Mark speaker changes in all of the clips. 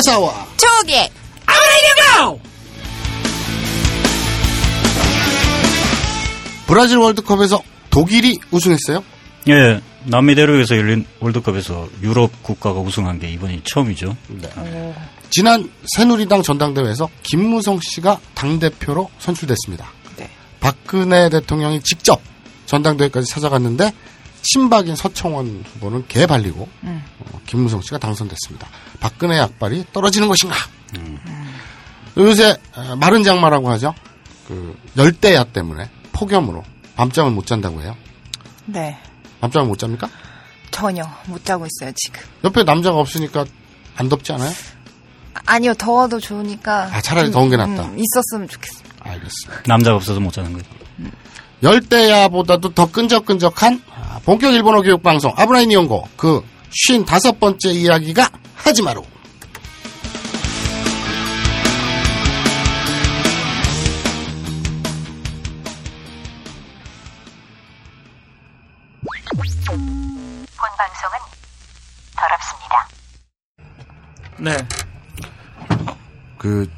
Speaker 1: 시사와
Speaker 2: 저기
Speaker 1: 아브라이디오
Speaker 3: 브라질 월드컵에서 독일이 우승했어요?
Speaker 4: 예, 남미 대륙에서 열린 월드컵에서 유럽 국가가 우승한 게 이번이 처음이죠.
Speaker 3: 네. 지난 새누리당 전당대회에서 김무성 씨가 당대표로 선출됐습니다.
Speaker 2: 네.
Speaker 3: 박근혜 대통령이 직접 전당대회까지 찾아갔는데 친박인 서청원 후보는 개발리고 어, 김무성 씨가 당선됐습니다. 박근혜 약발이 떨어지는 것인가? 요새 어, 마른 장마라고 하죠. 그 열대야 때문에 폭염으로 밤잠을 못 잔다고 해요.
Speaker 2: 네
Speaker 3: 밤잠을 못 잡니까?
Speaker 2: 전혀 못 자고 있어요 지금
Speaker 3: 옆에 남자가 없으니까 안 덥지 않아요?
Speaker 2: 아니요 더워도 좋으니까
Speaker 3: 아, 차라리 더운 게 낫다.
Speaker 2: 음, 있었으면 좋겠어요
Speaker 3: 알겠습니다.
Speaker 4: 남자가 없어서 못 자는 거예요.
Speaker 3: 열대야보다도 더 끈적끈적한 아, 본격 일본어 교육 방송 아브라인 이용고 그 다섯 번째 이야기가 하지마로
Speaker 5: 본 방송은 더럽습니다.
Speaker 1: 네.
Speaker 3: 그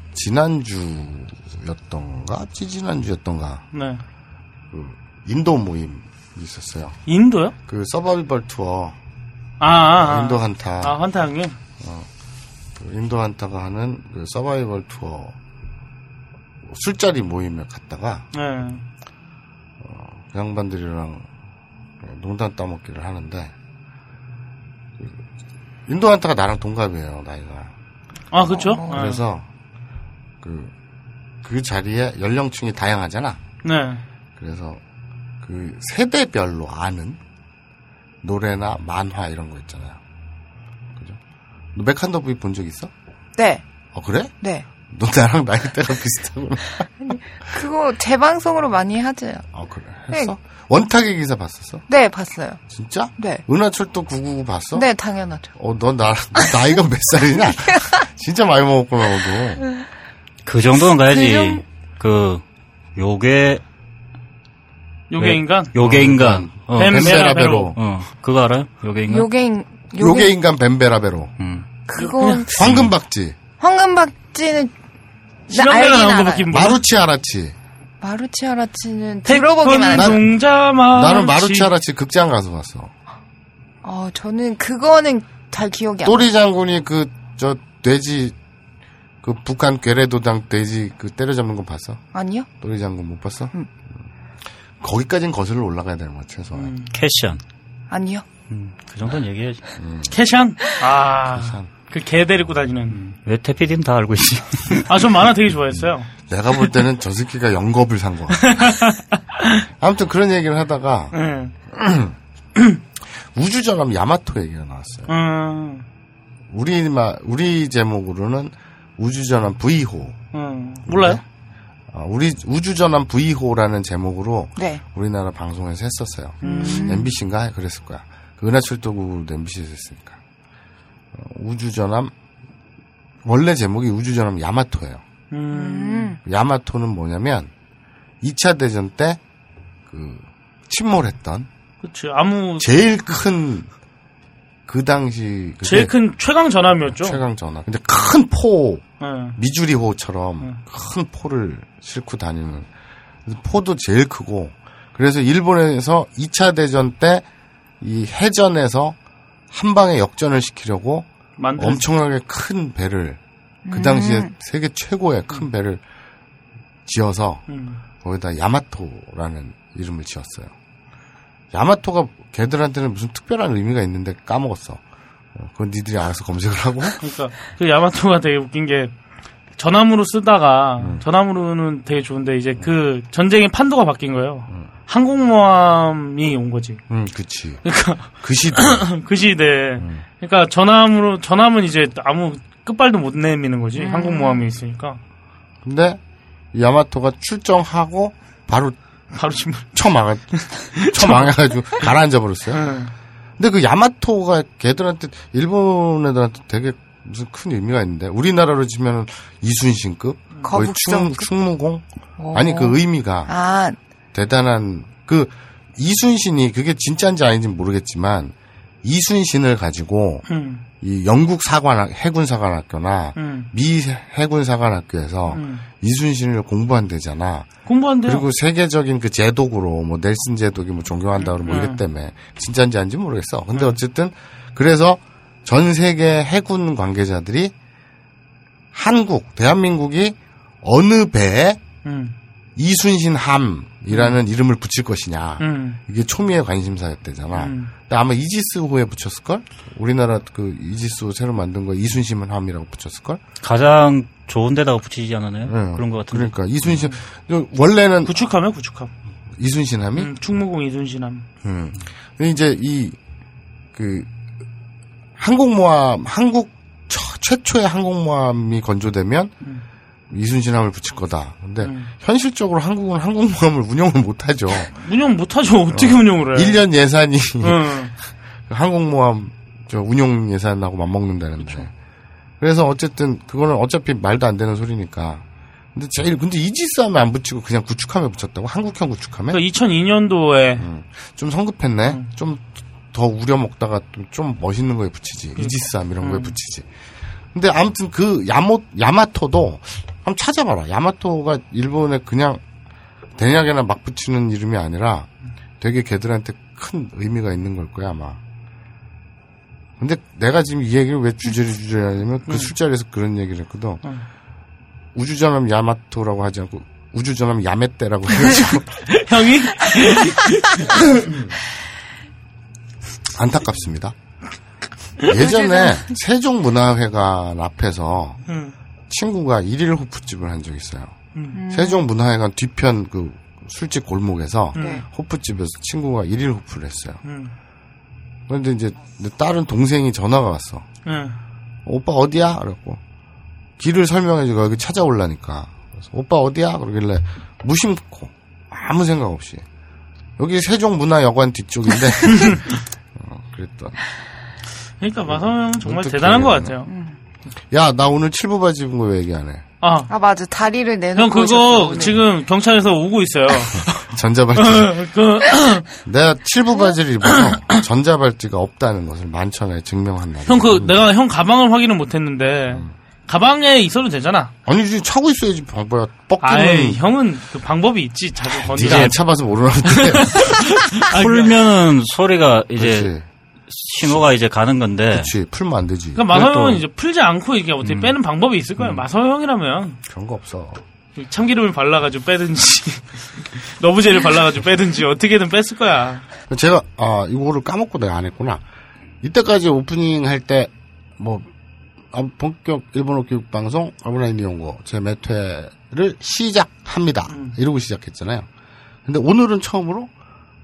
Speaker 3: 지난주였던가 지지난주였던가
Speaker 1: 네.
Speaker 3: 인도 모임 이 있었어요.
Speaker 1: 인도요?
Speaker 3: 그 서바이벌 투어
Speaker 1: 아, 아, 아.
Speaker 3: 인도
Speaker 1: 아,
Speaker 3: 한타
Speaker 1: 한타 형님?
Speaker 3: 그 인도 한타가 하는 그 서바이벌 투어 술자리 모임에 갔다가
Speaker 1: 네.
Speaker 3: 그 양반들이랑 농담 따먹기를 하는데 그 인도 한타가 나랑 동갑이에요 나이가.
Speaker 1: 아, 그쵸? 네.
Speaker 3: 어, 그래서 그, 그 자리에 연령층이 다양하잖아.
Speaker 1: 네.
Speaker 3: 그래서 그 세대별로 아는 노래나 만화 이런 거 있잖아요. 그죠? 너 메칸더 부이 본 적 있어?
Speaker 2: 네
Speaker 3: 어 그래?
Speaker 2: 네.
Speaker 3: 너 나랑 나이대가 비슷하구나.
Speaker 2: 그거 재방송으로 많이 하죠.
Speaker 3: 어 그래. 했어? 원탁의 기사 봤었어?
Speaker 2: 네, 봤어요.
Speaker 3: 진짜?
Speaker 2: 네.
Speaker 3: 은하철도 999 봤어?
Speaker 2: 네, 당연하죠.
Speaker 3: 어, 너 나, 나이가 몇 살이냐? 진짜 많이 먹었구나, 너도.
Speaker 4: 그 정도는
Speaker 2: 그
Speaker 4: 가야지.
Speaker 2: 정-
Speaker 4: 그 요괴
Speaker 1: 요게
Speaker 4: 네.
Speaker 1: 인간?
Speaker 4: 요괴 인간. 어,
Speaker 1: 뱀- 뱀베라베로.
Speaker 3: 뱀베라베로.
Speaker 4: 어, 그거 알아요? 요괴 인간.
Speaker 2: 요괴인,
Speaker 3: 네? 요게 인간 뱀베라베로.
Speaker 4: 음.
Speaker 2: 그건,
Speaker 3: 황금박쥐.
Speaker 2: 황금박쥐는, 나
Speaker 1: 실험대가
Speaker 2: 알긴
Speaker 1: 나온
Speaker 2: 알아요.
Speaker 3: 음.
Speaker 1: 거밖에 뭐.
Speaker 3: 마루치 아라치.
Speaker 2: 마루치 아라치는
Speaker 1: 태권
Speaker 2: 들어보기만 하죠.
Speaker 1: 동자마.
Speaker 3: 나는 마루치 아라치 극장 가서 봤어.
Speaker 2: 어, 저는 그거는 잘 기억이 안 나요.
Speaker 3: 또리 장군이 그 저 돼지 그 북한 괴뢰도당 돼지 그 때려잡는 거 봤어?
Speaker 2: 아니요?
Speaker 3: 또리 장군 못 봤어? 음. 거기까진 거슬러 올라가야 되는 거야 최소한.
Speaker 4: 캐션.
Speaker 2: 아니요.
Speaker 4: 음, 그 정도는 얘기해야지.
Speaker 1: 캐샨? 아. 그 개 데리고 다니는.
Speaker 4: 왜 태피디는 다 알고 있지?
Speaker 1: 아, 전 만화 되게 좋아했어요.
Speaker 3: 내가 볼 때는 저 새끼가 영겁을 산 거야. 아무튼 그런 얘기를 하다가
Speaker 1: 응.
Speaker 3: 우주전함 야마토 얘기가 나왔어요.
Speaker 1: 음,
Speaker 3: 우리 마 우리 제목으로는 우주전함 V호.
Speaker 1: 음. 몰라요?
Speaker 3: 아, 우리 우주전함 V호라는 제목으로
Speaker 2: 네.
Speaker 3: 우리나라 방송에서 했었어요.
Speaker 1: 음.
Speaker 3: MBC인가 그랬을 거야. 그 은하철도국으로 MBC에서 했으니까. 어, 우주전함 원래 제목이 우주전함 야마토예요.
Speaker 1: 네.
Speaker 2: 음,
Speaker 3: 야마토는 뭐냐면 2차 대전 때 그 침몰했던
Speaker 1: 그치. 아무,
Speaker 3: 제일 큰 그 당시 그게
Speaker 1: 제일 큰 최강 전함이었죠.
Speaker 3: 네. 최강 전함. 근데 큰 포
Speaker 1: 예.
Speaker 3: 미주리호처럼
Speaker 1: 음.
Speaker 3: 큰 포를 싣고 다니는 그래서 포도 제일 크고 그래서 일본에서 2차 대전 때 이 해전에서 한 방에 역전을 시키려고
Speaker 1: 만든.
Speaker 3: 엄청나게 큰 배를 그 당시에
Speaker 1: 음.
Speaker 3: 세계 최고의 큰 배를 지어서
Speaker 1: 음.
Speaker 3: 거기다 야마토라는 이름을 지었어요. 야마토가 걔들한테는 무슨 특별한 의미가 있는데 까먹었어. 어, 그건 니들이 알아서 검색을 하고
Speaker 1: 그러니까 그 야마토가 되게 웃긴 게 전함으로 쓰다가
Speaker 3: 음.
Speaker 1: 전함으로는 되게 좋은데 이제 그 전쟁의 판도가 바뀐 거예요. 항공모함이 온 거지.
Speaker 3: 음 그치
Speaker 1: 그러니까
Speaker 3: 그 시대
Speaker 1: 그 시대에
Speaker 3: 음.
Speaker 1: 그러니까 전함으로 전함은 이제 아무 끝발도 못 내미는 거지. 항공모함이 있으니까
Speaker 3: 근데 이 야마토가 출정하고 바로
Speaker 1: 바로 지금
Speaker 3: 처망해 처망해가지고 가라앉아 버렸어요.
Speaker 1: 응.
Speaker 3: 근데 그 야마토가 걔들한테 일본 애들한테 되게 무슨 큰 의미가 있는데 우리나라로 치면 이순신급 거의 충,
Speaker 2: 거북선급?
Speaker 3: 충무공 아니 그 의미가
Speaker 2: 아,
Speaker 3: 대단한 그 이순신이 그게 진짜인지 아닌지 는 모르겠지만 이순신을 가지고
Speaker 1: 응.
Speaker 3: 이 영국 사관 해군 사관학교나
Speaker 1: 음.
Speaker 3: 미 해군 사관학교에서
Speaker 1: 음.
Speaker 3: 이순신을 공부한대잖아.
Speaker 1: 공부한대요.
Speaker 3: 그리고 세계적인 그 제독으로 뭐 넬슨 제독이 뭐 존경한다 그러고 뭐
Speaker 1: 음.
Speaker 3: 이랬 때문에 진짜인지 아닌지 모르겠어. 근데 어쨌든 그래서 전 세계 해군 관계자들이 한국 대한민국이 어느 배에
Speaker 1: 음.
Speaker 3: 이순신함이라는 이름을 붙일 것이냐.
Speaker 1: 음.
Speaker 3: 이게 초미의 관심사였대잖아.
Speaker 1: 음.
Speaker 3: 근데 아마 이지스호에 붙였을걸? 우리나라 그 이지스호 새로 만든 거 이순신은 함이라고 붙였을걸?
Speaker 4: 가장 좋은 데다가 붙이지 않았나요?
Speaker 3: 네.
Speaker 4: 그런 것 같은데.
Speaker 3: 그러니까
Speaker 1: 음.
Speaker 3: 이순신, 원래는
Speaker 1: 구축함이요, 구축함.
Speaker 3: 이순신함이?
Speaker 1: 음, 충무공 이순신함.
Speaker 3: 음. 근데 이제 이, 그, 항공모함, 한국 처- 최초의 항공모함이 건조되면
Speaker 1: 음.
Speaker 3: 이순신함을 붙일 거다. 근데
Speaker 1: 음.
Speaker 3: 현실적으로 한국은 항공모함을 운영을 못하죠.
Speaker 1: 운영 못하죠. 어떻게 운영을 해?
Speaker 3: 일 1년 예산이
Speaker 1: 네.
Speaker 3: 그
Speaker 1: 음.
Speaker 3: 항공모함 저 운용 예산하고 맞먹는다는데. 그래서 어쨌든 그거는 어차피 말도 안 되는 소리니까. 근데 제일 근데 이지스함에 안 붙이고 그냥 구축함에 붙였다고 한국형 구축함에
Speaker 1: 그러니까 2002년도에
Speaker 3: 음. 좀 성급했네.
Speaker 1: 음.
Speaker 3: 좀 더 우려 먹다가 좀, 좀 멋있는 거에 붙이지. 이지스함 이런 거에
Speaker 1: 음.
Speaker 3: 붙이지. 근데 아무튼 그 야모 야마토도 한번 찾아봐라. 야마토가 일본에 그냥 대략에나 막 붙이는 이름이 아니라 되게 걔들한테 큰 의미가 있는 걸 거야 아마. 근데 내가 지금 이 얘기를 왜 주제를 주제를 하냐면 그 술자리에서 그런 얘기를 했거든.
Speaker 1: 음.
Speaker 3: 우주전함 야마토라고 하지 않고 우주전함 야메떼라고 해가지고
Speaker 1: 형이
Speaker 3: 안타깝습니다. 예전에 세종문화회관 앞에서
Speaker 1: 음.
Speaker 3: 친구가 일일 호프집을 한 적이 있어요. 세종문화회관 뒤편 그 술집 골목에서
Speaker 2: 네.
Speaker 3: 호프집에서 친구가 일일 호프를 했어요.
Speaker 1: 음.
Speaker 3: 그런데 이제 내 다른 동생이 전화가 왔어.
Speaker 1: 음.
Speaker 3: 오빠 어디야? 그랬고 길을 설명해주고 여기 찾아올라니까 그래서 오빠 어디야? 그러길래 무심코 아무 생각 없이 여기 세종문화여관 뒤쪽인데 어, 그랬더니
Speaker 1: 그러니까 마성호 형은 정말
Speaker 3: 어떻게
Speaker 1: 대단한 것
Speaker 3: 해야
Speaker 1: 같아요.
Speaker 2: 음.
Speaker 3: 야, 나 오늘 칠부 바지 입은 거 왜 얘기 안 해?
Speaker 1: 아,
Speaker 2: 아 맞아 다리를 내놓고
Speaker 1: 형
Speaker 2: 오셨어,
Speaker 1: 그거
Speaker 2: 오늘.
Speaker 1: 지금 경찰에서 오고 있어요.
Speaker 3: 전자발찌.
Speaker 1: 그
Speaker 3: 내가 칠부 바지를 입어서 전자발찌가 없다는 것을 만천하에 증명한 음. 날.
Speaker 1: 형, 그, 내가 형 가방을 확인을 못 했는데, 가방에 있어도 되잖아.
Speaker 3: 아니지, 차고 있어야지, 방법야.
Speaker 1: 아이,
Speaker 3: 뻑기는.
Speaker 1: 형은 그 방법이 있지, 자주 건드려.
Speaker 3: 니가 안 차봐서 모르는데.
Speaker 4: 풀면은 소리가
Speaker 1: 예.
Speaker 4: 이제
Speaker 3: 그러니까. 그렇지.
Speaker 4: 신호가 이제 가는 건데
Speaker 3: 그렇지. 풀면 안 되지.
Speaker 1: 그러니까 마서
Speaker 4: 그것도-
Speaker 1: 형은 이제 풀지 않고 이게 어떻게 빼는 방법이 있을 거야. 마서 형이라면
Speaker 3: 그런 거 없어.
Speaker 1: 참기름을 발라가지고 빼든지, 러브젤을 발라가지고 빼든지, 어떻게든 뺐을 거야.
Speaker 3: 제가, 아, 이거를 까먹고 내가 안 했구나. 이때까지 오프닝 할 때, 뭐, 아, 본격 일본어 교육방송, 어브라인 이용고, 제 매퇴를 시작합니다.
Speaker 1: 음.
Speaker 3: 이러고 시작했잖아요. 근데 오늘은 처음으로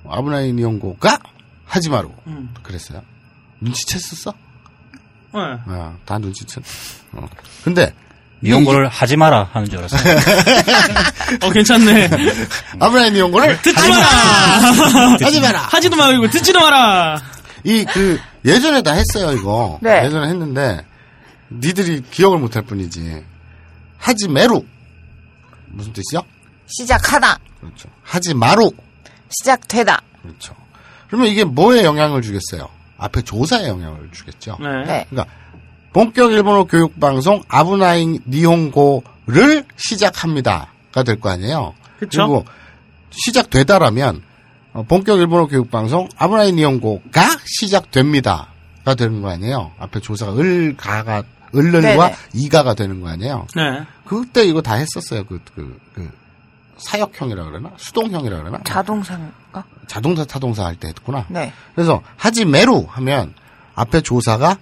Speaker 3: 아브라인 이용고가 하지 마루.
Speaker 1: 음.
Speaker 3: 그랬어요. 눈치챘었어?
Speaker 1: 네.
Speaker 3: 아, 다 눈치챘. 어. 근데
Speaker 4: 이용고를 하지 마라 하는 줄 알았어요.
Speaker 1: 어, 괜찮네.
Speaker 3: 아브라인 이용고를
Speaker 1: 듣지 마라!
Speaker 3: 하지 마라.
Speaker 1: 하지도 말고 듣지도 마라!
Speaker 3: 이 그 예전에 다 했어요 이거.
Speaker 2: 네.
Speaker 3: 예전에 했는데 니들이 기억을 못할 뿐이지. 하지 메루 무슨 뜻이요?
Speaker 2: 시작하다
Speaker 3: 그렇죠. 하지 마루
Speaker 2: 시작되다
Speaker 3: 그렇죠. 그러면 이게 뭐에 영향을 주겠어요? 앞에 조사에 영향을 주겠죠.
Speaker 1: 네.
Speaker 2: 네
Speaker 3: 그러니까 본격 일본어 교육 방송 아브나인 니혼고를 시작합니다가 될 거 아니에요.
Speaker 1: 그쵸.
Speaker 3: 리고 시작되다라면 어, 본격 일본어 교육 방송 아브나인 니혼고가 시작됩니다가 되는 거 아니에요. 앞에 조사가 을가가 을를과
Speaker 2: 네네.
Speaker 3: 이가가 되는 거 아니에요.
Speaker 1: 네.
Speaker 3: 그때 이거 다 했었어요. 그 그 그, 사역형이라 그러나 수동형이라 그러나
Speaker 2: 자동차인가
Speaker 3: 자동차 타동사 할 때 했구나.
Speaker 2: 네
Speaker 3: 그래서 하지 메루 하면 앞에 조사가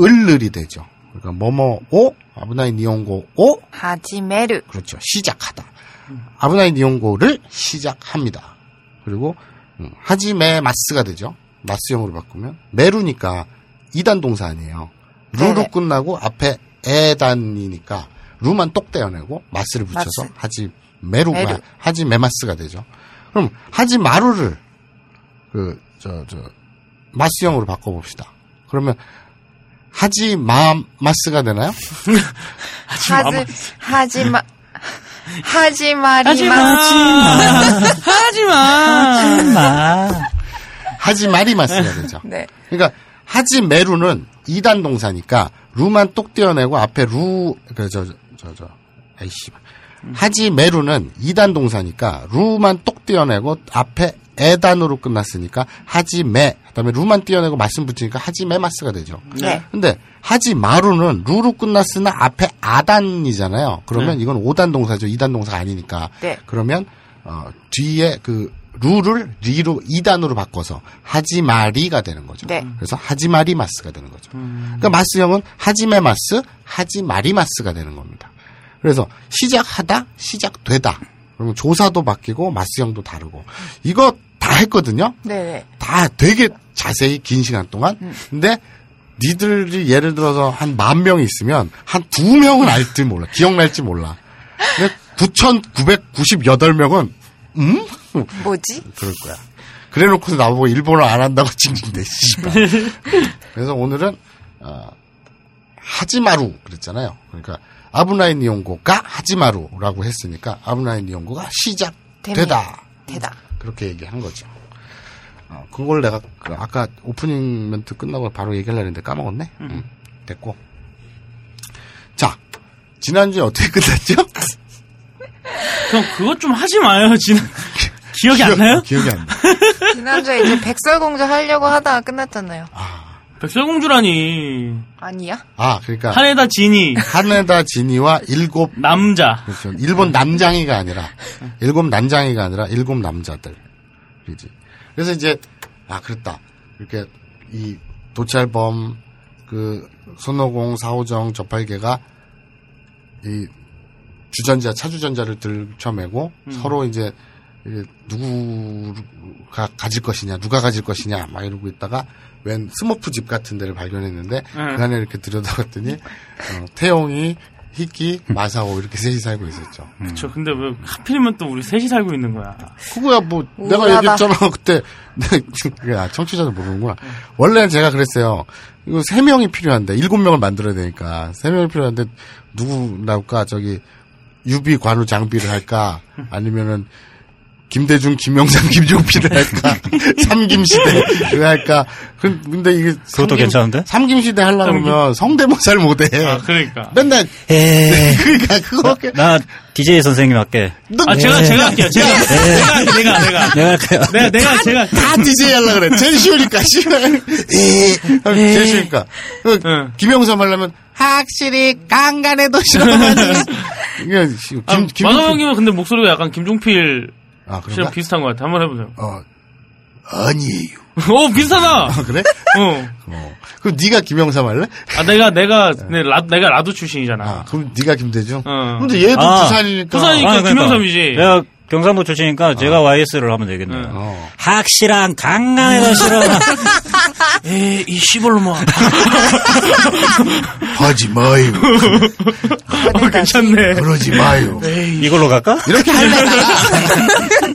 Speaker 3: 을을이 되죠. 그러니까 뭐뭐고 아브나이 니온고고
Speaker 2: 하지메르
Speaker 3: 그렇죠. 시작하다. 아브나이 니온고를 시작합니다. 그리고 음, 하지메 마스가 되죠. 마스형으로 바꾸면 메루니까 이단 동사 아니에요. 루로
Speaker 2: 네네.
Speaker 3: 끝나고 앞에 에단이니까 루만 똑 떼어내고 마스를 붙여서
Speaker 2: 마스.
Speaker 3: 하지 메루가
Speaker 2: 메루.
Speaker 3: 하지 메마스가 되죠. 그럼 하지 마루를 그 저 저 마스형으로 바꿔봅시다. 그러면 하지 마 마스가 되나요?
Speaker 2: 하지 하지마 하지마리마
Speaker 1: 하지마! 하지마!
Speaker 4: 마.
Speaker 3: 하지 마리마스가 되죠.
Speaker 2: 네
Speaker 3: 그러니까 하지 메루는 2단 동사니까 루만 똑 떼어내고 앞에 루, 그, 저, 저, 저, 저 에이씨. 하지 메루는 2단 동사니까 루만 똑 떼어내고 앞에 에단으로 끝났으니까 하지 메, 그 다음에 루만 떼어내고 마신 붙이니까 하지 메마스가 되죠.
Speaker 2: 네.
Speaker 3: 근데 하지 마루는 루로 끝났으나 앞에 아단이잖아요. 그러면 이건 오단 동사죠. 이단 동사 아니니까.
Speaker 2: 네.
Speaker 3: 그러면 어, 뒤에 그 루를 리로 이단으로 바꿔서 하지 마리가 되는 거죠.
Speaker 2: 네.
Speaker 3: 그래서 하지 마리 마스가 되는 거죠. 그러니까 마스 형은 하지메 마스, 하지 마리 마스가 되는 겁니다. 그래서 시작하다, 시작되다. 그러면 조사도 바뀌고 마스 형도 다르고 이거 다 했거든요.
Speaker 2: 네네.
Speaker 3: 다 되게 자세히 긴 시간 동안. 근데 니들이 예를 들어서 한 만 명이 있으면 한 두 명은 알지 몰라. 기억날지 몰라. 근데 9,998명은 음?
Speaker 2: 뭐지?
Speaker 3: 그럴 거야. 그래 놓고서 나보고 일본어 안 한다고 징징대, 씨발. 그래서 오늘은, 어, 하지마루 그랬잖아요. 그러니까, 아브나이 니온고가 하지마루라고 했으니까, 아브나이 니온고가 시작되다.
Speaker 2: 대다.
Speaker 3: 그렇게 얘기한 거죠. 어, 그걸 내가 그 아까 오프닝 멘트 끝나고 바로 얘기하려 했는데 까먹었네. 음, 됐고. 자, 지난주에 어떻게 끝났죠?
Speaker 1: 그럼 그것 좀 하지 마요. 지금 기억이 안 나요?
Speaker 3: 기억이 안 나.
Speaker 2: 지난주에 이제 백설공주 하려고 하다가 끝났잖아요.
Speaker 1: 백설공주라니
Speaker 2: 아니야?
Speaker 3: 아, 그러니까
Speaker 1: 하네다 지니
Speaker 3: 하네다 지니와 일곱
Speaker 1: 남자
Speaker 3: 그렇죠. 일본 남장이가 아니라 일곱 남장이가 아니라 일곱 남자들 그지 그래서 이제 아 그랬다 이렇게 이 도찰범 그 손오공 사오정 저팔계가 이 주전자 차주전자를 들쳐매고 서로 이제 이게 누구가 가질 것이냐 누가 가질 것이냐 막 이러고 있다가 웬 스모프 집 같은 데를 발견했는데 그 안에 이렇게 들여다봤더니 어, 태용이 히키 마사오 이렇게 셋이 살고 있었죠.
Speaker 1: 그쵸 근데 왜 하필이면 또 우리 셋이 살고 있는 거야
Speaker 3: 그거야 뭐 내가
Speaker 2: 우울하다.
Speaker 3: 얘기했잖아 그때 야 청취자들 모르는구나 원래는 제가 그랬어요 이거 세 명이 필요한데 일곱 명을 만들어야 되니까 세 명이 필요한데 누구 나올까 저기 유비 관우 장비를 할까 아니면은 김대중 김영삼 김종필을 할까 삼김시대 그 할까 그- 근데 이게
Speaker 4: 그것도 괜찮은데?
Speaker 3: 삼김시대 하려면 성대모사를 못해
Speaker 1: 아 그러니까
Speaker 3: 맨날
Speaker 4: 에
Speaker 3: 그러니까 그거
Speaker 4: 나 DJ 선생님 할게.
Speaker 1: 아 제가 제가 할게요 제가 제가 내가 내가
Speaker 4: 내가 할게요.
Speaker 1: 내가 내가 제가
Speaker 3: 다 DJ 하려고 그래. 제일 쉬우니까, 씨발. 에이. 제일 쉬우니까. 그,
Speaker 1: 응.
Speaker 3: 김영삼 하려면, 확실히, 깡간에도 싫어가지고. 이게, 씨, 김,
Speaker 1: 아,
Speaker 3: 김,
Speaker 1: 마감 형님은 근데 목소리가 약간 김종필
Speaker 3: 아, 그런가?
Speaker 1: 씨랑 비슷한 것 같아 한번 해보세요
Speaker 3: 어, 아니에요.
Speaker 1: 어 비슷하다
Speaker 3: 아, 그래?
Speaker 1: 어아 아,
Speaker 3: 어. 그럼 네가 김영삼 할래?
Speaker 1: 내가 내가 내 라, 내가 라도 출신이잖아
Speaker 3: 아, 그럼 네가 김대중?
Speaker 1: 어.
Speaker 3: 근데 얘도
Speaker 4: 아,
Speaker 3: 부산이니까.
Speaker 1: 부산이- 그러니까 김영삼이지. 아.
Speaker 4: 내가 경상도 출신이니까 제가 YS를 하면 되겠네요.
Speaker 3: 어.
Speaker 4: 확실한 강간에도 싫어.
Speaker 1: 음. 에이 시벌로 뭐
Speaker 3: 하지 마요.
Speaker 1: 어, 괜찮네
Speaker 3: 그러지 마요.
Speaker 4: 이걸로 갈까?
Speaker 3: 이렇게 하려다가,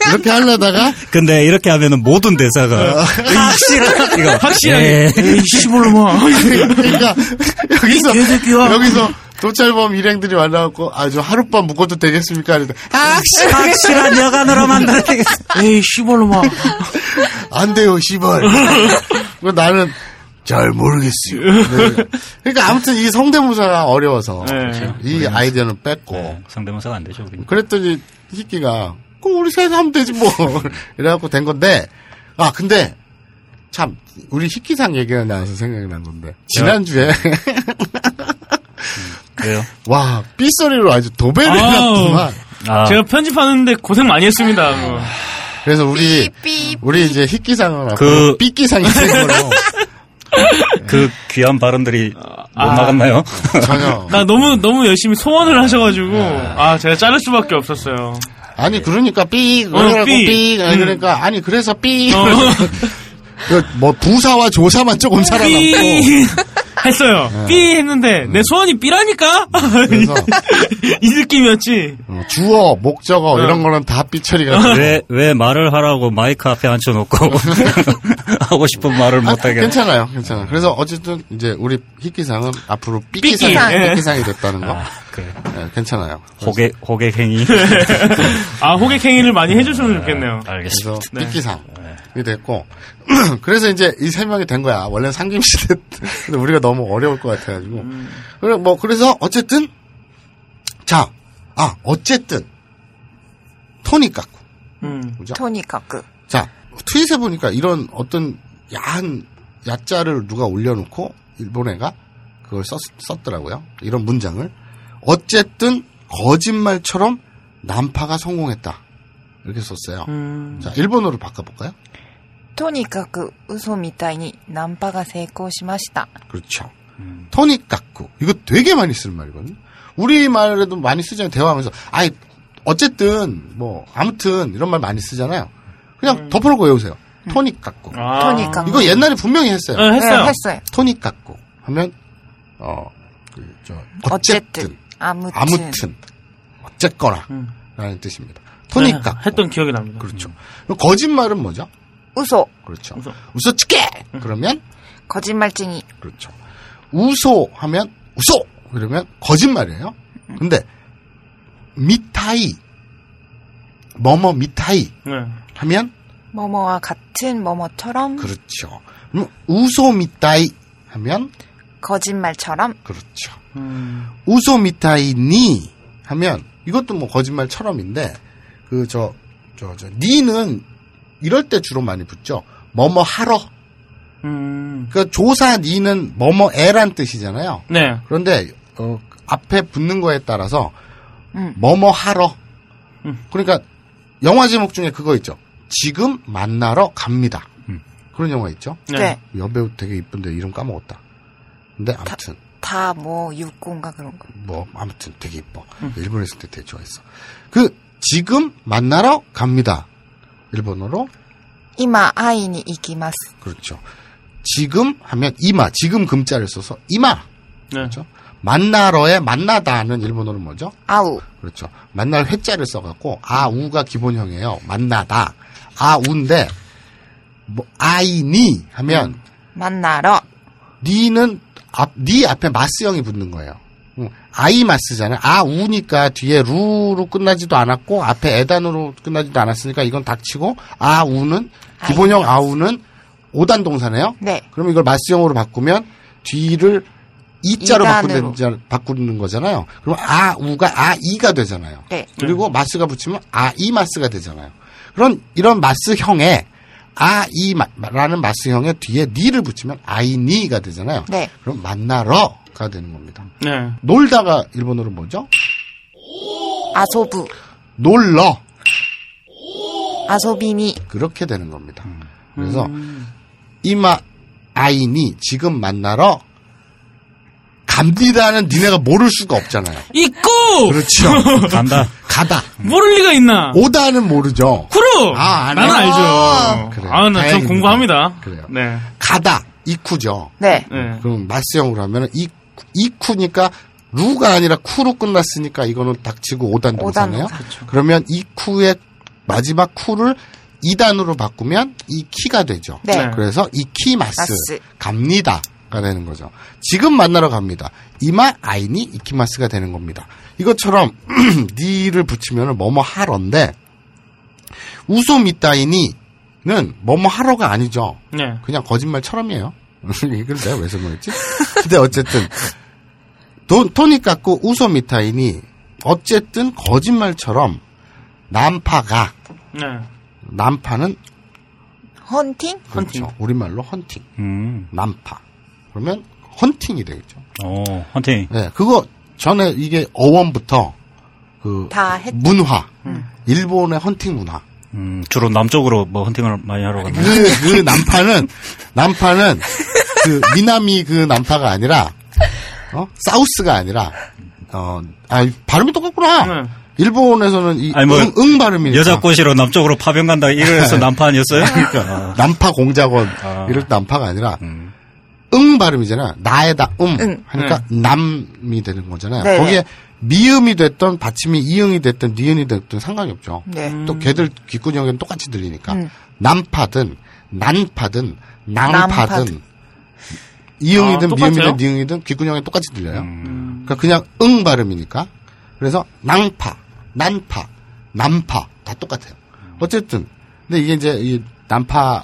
Speaker 3: 이렇게 하려다가,
Speaker 4: 근데 이렇게 하면은 모든 대사가 확실한 예. 이거
Speaker 1: 네. 확실하게 에이 시벌로 뭐
Speaker 3: 그러니까 여기서 여기서 도찰범 일행들이 와나갖고 아 저 하룻밤 묵어도 되겠습니까? 하는데
Speaker 4: 확실한 여간으로 만들어.
Speaker 1: 에이 시벌로 뭐
Speaker 3: 안 돼요 씨발. 그 나는 잘 모르겠어요. 네. 그러니까 아무튼 이 성대모사가 어려워서
Speaker 1: 네.
Speaker 3: 이 아이디어는 뺐고
Speaker 4: 상대모사가 안 되죠 우리.
Speaker 3: 그랬더니 히키가 그 우리 셋이 하면 되지 뭐 이래갖고 된 건데 아 근데 참 우리 히키상 얘기가 나와서 생각이 난 건데 지난주에
Speaker 4: 왜요?
Speaker 3: 와 삐소리로 아주 도배를 해놨구만
Speaker 4: 아,
Speaker 1: 제가 편집하는데 고생 많이 했습니다 그거.
Speaker 3: 그래서
Speaker 2: 예.
Speaker 3: 우리
Speaker 2: 삐삐.
Speaker 3: 우리 이제 희끼상을
Speaker 4: 그-
Speaker 3: 그 삐끼상이 된 거로
Speaker 4: 그 귀한 발언들이
Speaker 1: 아.
Speaker 4: 못 나갔나요?
Speaker 3: 전혀
Speaker 1: 나 너무 너무 열심히 소원을 하셔가지고
Speaker 3: 네.
Speaker 1: 아 제가 자를 수밖에 없었어요.
Speaker 3: 아니 그러니까 삐 그러고
Speaker 1: 삐.
Speaker 3: 삐 아니
Speaker 1: 음.
Speaker 3: 그러니까 아니 그래서 삐
Speaker 1: 어,
Speaker 3: 그 뭐 부사와 조사만 조금 살아남고 네.
Speaker 1: 삐 했어요. 삐 했는데 내 소원이 삐라니까
Speaker 3: 그래서
Speaker 1: 이 느낌이었지.
Speaker 3: 어, 주어 목적어 이런 거는 다 삐처리가 돼.
Speaker 4: 왜, 왜 말을 하라고 마이크 앞에 앉혀놓고 하고 싶은 말을
Speaker 3: 아,
Speaker 4: 못하게.
Speaker 3: 괜찮아요, 괜찮아. 요 그래서 어쨌든 이제 우리 희끼상은 앞으로 삐끼상,
Speaker 1: 삐끼상. 예.
Speaker 3: 삐끼상이 됐다는 거,
Speaker 4: 아, 그래.
Speaker 3: 예, 괜찮아요.
Speaker 4: 호객, 호객행위.
Speaker 1: 아 호객 행위를 많이 해줬으면 좋겠네요.
Speaker 4: 알겠습니다.
Speaker 3: 그래서 삐끼상 이 됐고 그래서 이제 이 세 명이 된 거야. 원래 는 상김 시대 때. 근데 우리가 너무 어려울 것 같아가지고 그래 뭐 그래서 어쨌든 자 아 어쨌든 토니 깎고
Speaker 1: 음.
Speaker 3: 그죠?
Speaker 2: 토니 카크.
Speaker 3: 자, 트윗에 보니까 이런 어떤 야한 야자를 누가 올려놓고 일본 애가 그걸 썼, 더라고요 이런 문장을. 어쨌든 거짓말처럼 난파가 성공했다. 이렇게 썼어요.
Speaker 1: 음.
Speaker 3: 자, 일본어로 바꿔볼까요?
Speaker 2: とにかく嘘みたいにナンパが成功しました。
Speaker 3: 그렇죠. 토닉 깎고. 이거 되게 많이 쓰는 말이거든요. 우리 말에도 많이 쓰잖아요. 대화하면서. 아이, 어쨌든, 뭐, 아무튼, 이런 말 많이 쓰잖아요. 그냥 덮어놓고 외우세요. 토닉 깎고.
Speaker 1: 음. 아.
Speaker 2: 토니 깎고.
Speaker 3: 이거 옛날에 분명히 했어요.
Speaker 1: 네, 했어요.
Speaker 2: 네, 했어요.
Speaker 3: 토닉 같고 하면 어, 그, 저, 어쨌든,
Speaker 2: 어쨌든. 아무튼.
Speaker 3: 아무튼 어쨌거나
Speaker 1: 음.
Speaker 3: 라는 뜻입니다.
Speaker 1: 네,
Speaker 3: 토닉 같고
Speaker 1: 했던 기억이 납니다.
Speaker 3: 그렇죠. 그럼 거짓말은 뭐죠?
Speaker 2: 웃어.
Speaker 3: 그렇죠.
Speaker 1: 웃어.
Speaker 3: 웃어 치게
Speaker 1: 음.
Speaker 3: 그러면
Speaker 2: 거짓말쟁이.
Speaker 3: 그렇죠. 우소 하면 우소 그러면 거짓말이에요. 근데 미타이 뭐뭐 미타이
Speaker 1: 네.
Speaker 3: 하면
Speaker 2: 뭐뭐와 같은 뭐뭐처럼
Speaker 3: 그렇죠. 그럼 우소 미타이 하면
Speaker 2: 거짓말처럼
Speaker 3: 그렇죠.
Speaker 1: 음.
Speaker 3: 우소 미타이니 하면 이것도 뭐 거짓말처럼인데 그 저 저 저 니는 이럴 때 주로 많이 붙죠. 뭐뭐 하러.
Speaker 1: 음.
Speaker 3: 그 조사 니는 뭐뭐 애란 뜻이잖아요.
Speaker 1: 네.
Speaker 3: 그런데 어, 앞에 붙는 거에 따라서
Speaker 2: 음.
Speaker 3: 뭐뭐 하러.
Speaker 1: 음.
Speaker 3: 그러니까 영화 제목 중에 그거 있죠. 지금 만나러 갑니다. 그런 영화 있죠.
Speaker 1: 네.
Speaker 2: 네.
Speaker 3: 여배우 되게 이쁜데 이름 까먹었다. 근데 아무튼
Speaker 2: 다 뭐 육군가 그런 거.
Speaker 3: 뭐 아무튼 되게 이뻐. 일본에 있을 때 되게 좋아했어. 그 지금 만나러 갑니다. 일본어로
Speaker 2: 이마 아이니 이기마스.
Speaker 3: 그렇죠. 지금 하면 이마 지금 금자를 써서 이마
Speaker 1: 네.
Speaker 3: 그렇죠. 만나러에 만나다는 일본어는 뭐죠?
Speaker 2: 아우.
Speaker 3: 그렇죠. 만날 회자를 써갖고 아우가 기본형이에요. 만나다 아우인데 뭐 아이니 하면
Speaker 2: 만나러.
Speaker 3: 니는 앞, 니 앞에 마스형이 붙는 거예요. 응. 아이마스잖아요. 아, 우니까 뒤에 루로 끝나지도 않았고, 앞에 에단으로 끝나지도 않았으니까 이건 닥치고, 아, 우는, 기본형 아우는 5단 동사네요.
Speaker 2: 네.
Speaker 3: 그럼 이걸 마스형으로 바꾸면 뒤를 이자로 바꾸는,
Speaker 2: 이단으로.
Speaker 3: 자- 바꾸는 거잖아요. 그럼 아, 우가 아, 이가 되잖아요.
Speaker 2: 네.
Speaker 3: 그리고 마스가 붙이면 아이마스가 되잖아요. 그런 이런 마스형에 아, 아이라는 마스형에 뒤에 니를 붙이면 아이니가 되잖아요.
Speaker 2: 네.
Speaker 3: 그럼 만나러가 되는 겁니다.
Speaker 1: 네.
Speaker 3: 놀다가 일본어로 뭐죠?
Speaker 2: 아소부.
Speaker 3: 놀러
Speaker 2: 아소비니.
Speaker 3: 그렇게 되는 겁니다. 그래서 이마 아이니 지금 만나러 갑니다는 니네가 모를 수가 없잖아요.
Speaker 1: 어. 있고
Speaker 3: 그렇죠.
Speaker 4: 간다.
Speaker 3: 가다.
Speaker 1: 모를 리가 있나?
Speaker 3: 오다는 모르죠.
Speaker 1: 그럼
Speaker 3: 아, 안
Speaker 1: 나는
Speaker 3: 해요.
Speaker 1: 알죠.
Speaker 3: 그래요.
Speaker 1: 아, 나 좀
Speaker 3: 다행입니다.
Speaker 1: 공부합니다.
Speaker 3: 그래요.
Speaker 1: 네.
Speaker 3: 가다 이쿠죠.
Speaker 2: 네.
Speaker 1: 네.
Speaker 3: 음, 그럼 마스형으로 하면 이, 이 쿠니까 루가 아니라 쿠로 끝났으니까 이거는 닥치고 5단
Speaker 2: 오단
Speaker 3: 동사네요.
Speaker 2: 동사.
Speaker 3: 그러면 이 쿠의 마지막 쿠를 2단으로 바꾸면 이 키가 되죠.
Speaker 2: 네.
Speaker 1: 네.
Speaker 3: 그래서 이 키 마스,
Speaker 2: 마스.
Speaker 3: 갑니다가 되는 거죠. 지금 만나러 갑니다. 이마 아이니 이키마스가 되는 겁니다. 이것처럼 니를 붙이면 뭐뭐 하러인데 우소 미따이니는 뭐뭐 하러가 아니죠.
Speaker 1: 네.
Speaker 3: 그냥 거짓말처럼이에요. 이걸 내가 왜 설명했지? 근데 어쨌든 돈 토닉 갖고 우소 미타이니 어쨌든 거짓말처럼 남파가
Speaker 1: 네.
Speaker 3: 남파는
Speaker 2: 헌팅?
Speaker 3: 그렇죠.
Speaker 1: 헌팅.
Speaker 3: 우리말로 헌팅
Speaker 4: 음.
Speaker 3: 남파 그러면 헌팅이 되겠죠.
Speaker 4: 어, 헌팅.
Speaker 3: 네, 그거 전에 이게 어원부터 그
Speaker 2: 다 했죠. 음.
Speaker 3: 문화 일본의 헌팅 문화
Speaker 4: 음, 주로 남쪽으로 뭐 헌팅을 많이 하러 가나.
Speaker 3: 그, 그 남파는, 남파는, 그, 미남이 그 남파가 아니라, 어? 사우스가 아니라, 어, 아, 발음이 똑같구나.
Speaker 1: 네.
Speaker 3: 일본에서는 이,
Speaker 4: 아니, 네. 뭐,
Speaker 3: 응, 응 발음이니까.
Speaker 4: 여자 꼬시러 남쪽으로 파병 간다. 이래서 남판이었어요? 그러니까.
Speaker 3: 남파 공작원,
Speaker 4: 아. 음.
Speaker 3: 이럴 때 남파가 아니라, 응 발음이잖아. 나에다 음.
Speaker 2: 응. 네.
Speaker 3: 하니까 남이 되는 거잖아요.
Speaker 2: 네네.
Speaker 3: 거기에 미음이 됐던 받침이 이응이 됐던 니은이 됐던 상관이 없죠.
Speaker 2: 네.
Speaker 3: 또 걔들 귓구녕에는 똑같이 들리니까
Speaker 2: 음.
Speaker 3: 남파든 난파든 낭파든
Speaker 2: 낭파든.
Speaker 3: 이응이든
Speaker 1: 아, 똑같아요? 음.
Speaker 3: 미음이든 니응이든 귓구녕에 똑같이 들려요. 그러니까 그냥 응 발음이니까 그래서 낭파, 난파, 남파 다 똑같아요. 어쨌든 근데 이게 이제 이 남파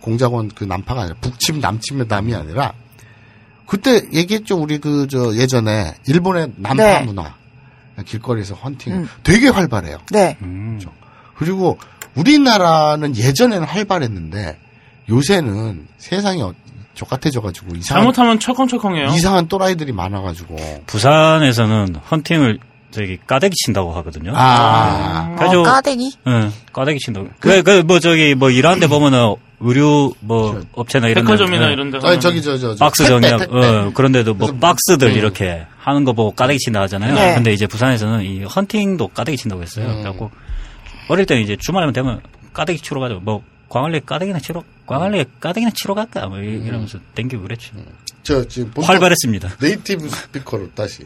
Speaker 3: 공작원 그 남파가 아니라 북침 남침의 남이 아니라 그때 얘기했죠 우리 그 저 예전에 일본의 남파
Speaker 2: 네.
Speaker 3: 문화 길거리에서 헌팅
Speaker 2: 음.
Speaker 3: 되게 활발해요.
Speaker 2: 네.
Speaker 4: 음.
Speaker 3: 그리고 우리나라는 예전에는 활발했는데 요새는 세상이 어- 족같아져가지고 이상한
Speaker 1: 잘못하면 철컹철컹해요.
Speaker 3: 이상한 또라이들이 많아가지고
Speaker 4: 부산에서는 헌팅을 저기 까대기 친다고 하거든요.
Speaker 3: 아
Speaker 4: 그래서
Speaker 2: 어, 까대기?
Speaker 4: 응, 까대기 친다고. 그, 그, 뭐, 저기, 뭐, 일하는 데 보면은, 의류, 뭐, 업체나 이런 데. 예.
Speaker 3: 네.
Speaker 1: 백화점이나
Speaker 4: 응.
Speaker 1: 이런 데
Speaker 3: 저기
Speaker 1: 가면
Speaker 3: 저기 저저
Speaker 4: 박스 정리하고, 어, 그런데도 뭐,
Speaker 3: 그래서-
Speaker 4: 박스들
Speaker 3: 음.
Speaker 4: 이렇게 하는 거 보고 까대기 친다 하잖아요.
Speaker 2: 네.
Speaker 4: 근데 이제 부산에서는 이 헌팅도 까대기 친다고 했어요.
Speaker 3: 음.
Speaker 4: 그래갖고, 어릴 때는 이제 주말만 되면 까대기 치러 가죠. 뭐, 광안리에 까대기나 치러, 광안리에
Speaker 3: 음.
Speaker 4: 까대기나 치러 갈까? 뭐, 이- 이러면서 땡기고 그랬죠. 뭐
Speaker 3: 저 지금 본토
Speaker 4: 활발했습니다.
Speaker 3: 네이티브 스피커로 다시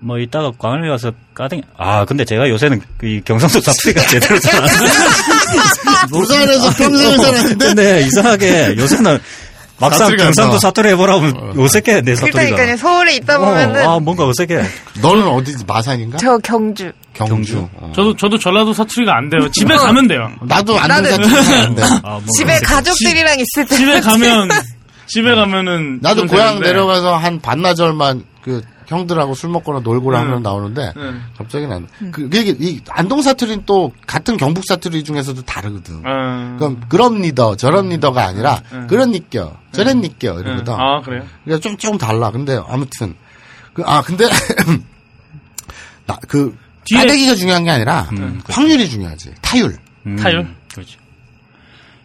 Speaker 4: 뭐, 이따가 광안리 가서 까대기, 아, 근데 제가 요새는 그이 경상도 사투리가 제대로 잘안
Speaker 3: 뭐,
Speaker 4: 아.
Speaker 3: 부산에서 평생을 살았는데
Speaker 4: 근데 이상하게 요새는 막상
Speaker 3: 사투리가
Speaker 4: 경상도
Speaker 3: 나와.
Speaker 4: 사투리 해보라 하면 어색해 내 사투리가.
Speaker 2: 그러니까요. 서울에 있다 보면은
Speaker 4: 어, 아 뭔가 어색해.
Speaker 3: 너는 어디지 마산인가
Speaker 2: 저 경주.
Speaker 3: 경주,
Speaker 4: 경주.
Speaker 3: 어.
Speaker 1: 저도 저도 전라도 사투리가 안 돼요. 집에 가면 돼요.
Speaker 3: 나도 안는
Speaker 2: 나는-
Speaker 3: 사투리인데
Speaker 4: 아, 뭔가
Speaker 2: 집에
Speaker 4: 어색해.
Speaker 2: 가족들이랑 있을 때
Speaker 1: 집에 가면 집에 가면은
Speaker 3: 나도
Speaker 1: 좀
Speaker 3: 고향
Speaker 1: 되는데.
Speaker 3: 내려가서 한 반나절만 그 형들하고 술 먹거나 놀고나
Speaker 1: 음.
Speaker 3: 하면 나오는데
Speaker 1: 음.
Speaker 3: 갑자기 난 그, 그 얘기 이 안동 사투리는 또 같은 경북 사투리 중에서도 다르거든.
Speaker 1: 음.
Speaker 3: 그럼 그럽니다, 저럽니다가 아니라 그런니껴, 저랬니껴
Speaker 1: 음.
Speaker 3: 이러거든.
Speaker 1: 아 그래요?
Speaker 3: 그러니까 좀 조금 달라. 근데 아무튼 그 아 근데 나그
Speaker 1: 뒤에- 음.
Speaker 3: 따대기가 중요한 게 아니라 확률이 중요하지. 타율.
Speaker 4: 음,
Speaker 1: 타율?
Speaker 4: 그렇죠.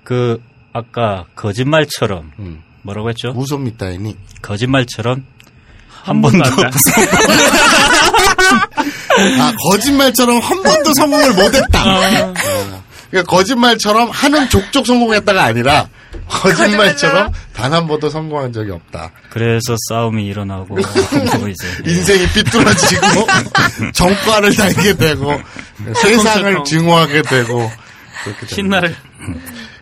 Speaker 4: 그 아까 거짓말처럼
Speaker 3: 음.
Speaker 4: 뭐라고 했죠?
Speaker 3: 무소미따이니
Speaker 4: 거짓말처럼 한 번도
Speaker 1: 번도 안
Speaker 3: 아, 거짓말처럼 한 번도 성공을 못했다. 어. 그러니까 거짓말처럼 하는 족족 성공했다가 아니라 거짓말처럼
Speaker 2: 거짓말처럼?
Speaker 3: 단 한 번도 성공한 적이 없다.
Speaker 4: 그래서 싸움이 일어나고 뭐 이제
Speaker 3: 인생이 삐뚤어지고 정과를 달게 되고 세상을
Speaker 1: 철컹철컹.
Speaker 3: 증오하게 되고 그렇게 됩니다.
Speaker 1: 신나를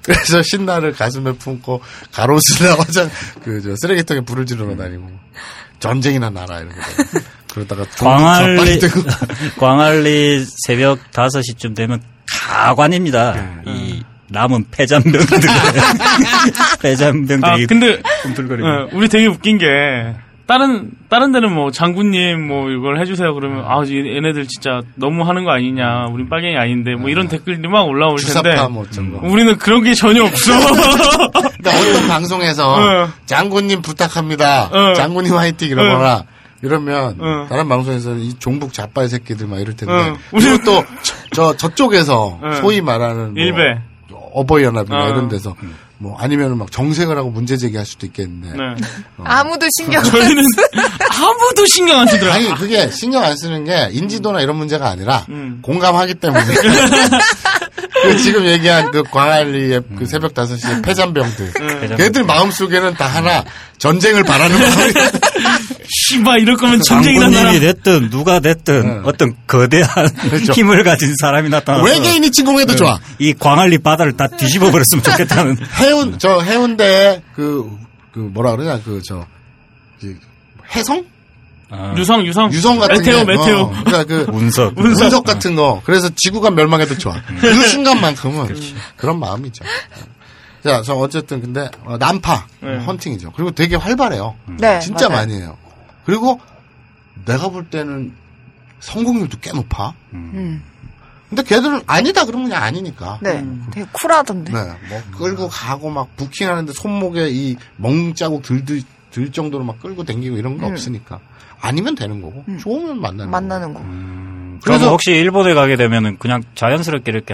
Speaker 3: 그래서 신나를 가슴에 품고 가로수나 화장 그 저 쓰레기통에 불을 지르러 다니고 전쟁이나 나라 이렇게 되고. 그러다가
Speaker 4: 광안리
Speaker 3: 되고
Speaker 4: 광안리 새벽 5시쯤 되면 가관입니다. 이 남은 폐잔병들 폐잔병들이
Speaker 1: 아 근데
Speaker 4: 꿈틀거리고
Speaker 1: 어, 우리 되게 웃긴 게 다른 다른 데는 뭐 장군님 뭐 이걸 해주세요 그러면 아 이- 얘네들 진짜 너무 하는 거 아니냐 우린 빨갱이 아닌데
Speaker 3: 네.
Speaker 1: 뭐 이런 댓글이 막 올라올 텐데
Speaker 3: 주사파 뭐 어쩐 거.
Speaker 1: 우리는 그런 게 전혀 없어
Speaker 3: 그러니까 어떤 방송에서
Speaker 1: 어.
Speaker 3: 장군님 부탁합니다.
Speaker 1: 어.
Speaker 3: 장군님 화이팅 이러거나 이러면
Speaker 1: 어.
Speaker 3: 다른 방송에서는 이 종북 자빠의 새끼들 막 이럴 텐데
Speaker 1: 어.
Speaker 3: 그리고 또저 저쪽에서
Speaker 1: 어.
Speaker 3: 소위 말하는 뭐
Speaker 1: 일베.
Speaker 3: 어버이연합이나
Speaker 1: 어.
Speaker 3: 이런 데서 뭐 아니면 막 정색을 하고 문제 제기할 수도 있겠는데
Speaker 1: 네.
Speaker 2: 아무도 신경 안
Speaker 1: 저희는 아무도 신경 안 쓰더라
Speaker 3: 아니 그게 신경 안 쓰는 게 인지도나 이런 문제가 아니라
Speaker 1: 음.
Speaker 3: 공감하기 때문에 그 지금 얘기한 그 광안리의 그 새벽 5시에 폐잔병들
Speaker 1: 음.
Speaker 3: 걔들 마음속에는 다 하나 전쟁을 바라는 마음이
Speaker 1: 씨발 이럴 거면 전쟁이나 나라
Speaker 4: 장군님이 됐든 누가 됐든 어떤 거대한
Speaker 3: 그렇죠.
Speaker 4: 힘을 가진 사람이
Speaker 3: 어.
Speaker 4: 나타나서
Speaker 3: 외계인이 침공해도 좋아.
Speaker 4: 음. 이 광안리 바다를 다 뒤집어 버렸으면 좋겠다는
Speaker 3: 해운 저 해운대 그, 그 뭐라 그러냐 그저 해성
Speaker 4: 아,
Speaker 1: 유성 유성
Speaker 3: 유성 같은
Speaker 1: 메테오
Speaker 3: 게,
Speaker 1: 메테오
Speaker 3: 어, 그러니까 그
Speaker 4: 운석
Speaker 3: 운석. 같은 거. 그래서 지구가 멸망해도 좋아. 그 순간만큼은 그런 마음이죠. 자, 저 어쨌든 근데 어, 난파
Speaker 1: 네.
Speaker 3: 헌팅이죠. 그리고 되게 활발해요.
Speaker 2: 네,
Speaker 3: 진짜
Speaker 2: 맞아요.
Speaker 3: 많이 해요. 그리고 내가 볼 때는 성공률도 꽤 높아.
Speaker 2: 음.
Speaker 3: 근데 걔들은 아니다 그러면 그냥 아니니까.
Speaker 2: 네. 되게 쿨하던데.
Speaker 3: 네, 뭐 끌고 가고 막 부킹하는데 손목에 이 멍자국 들, 들, 들 정도로 막 끌고 당기고 이런 거 없으니까 아니면 되는 거고 좋으면 만나는
Speaker 2: 음. 만나는 거.
Speaker 4: 음. 그럼
Speaker 3: 그래서-
Speaker 4: 혹시 일본에 가게 되면은 그냥 자연스럽게 이렇게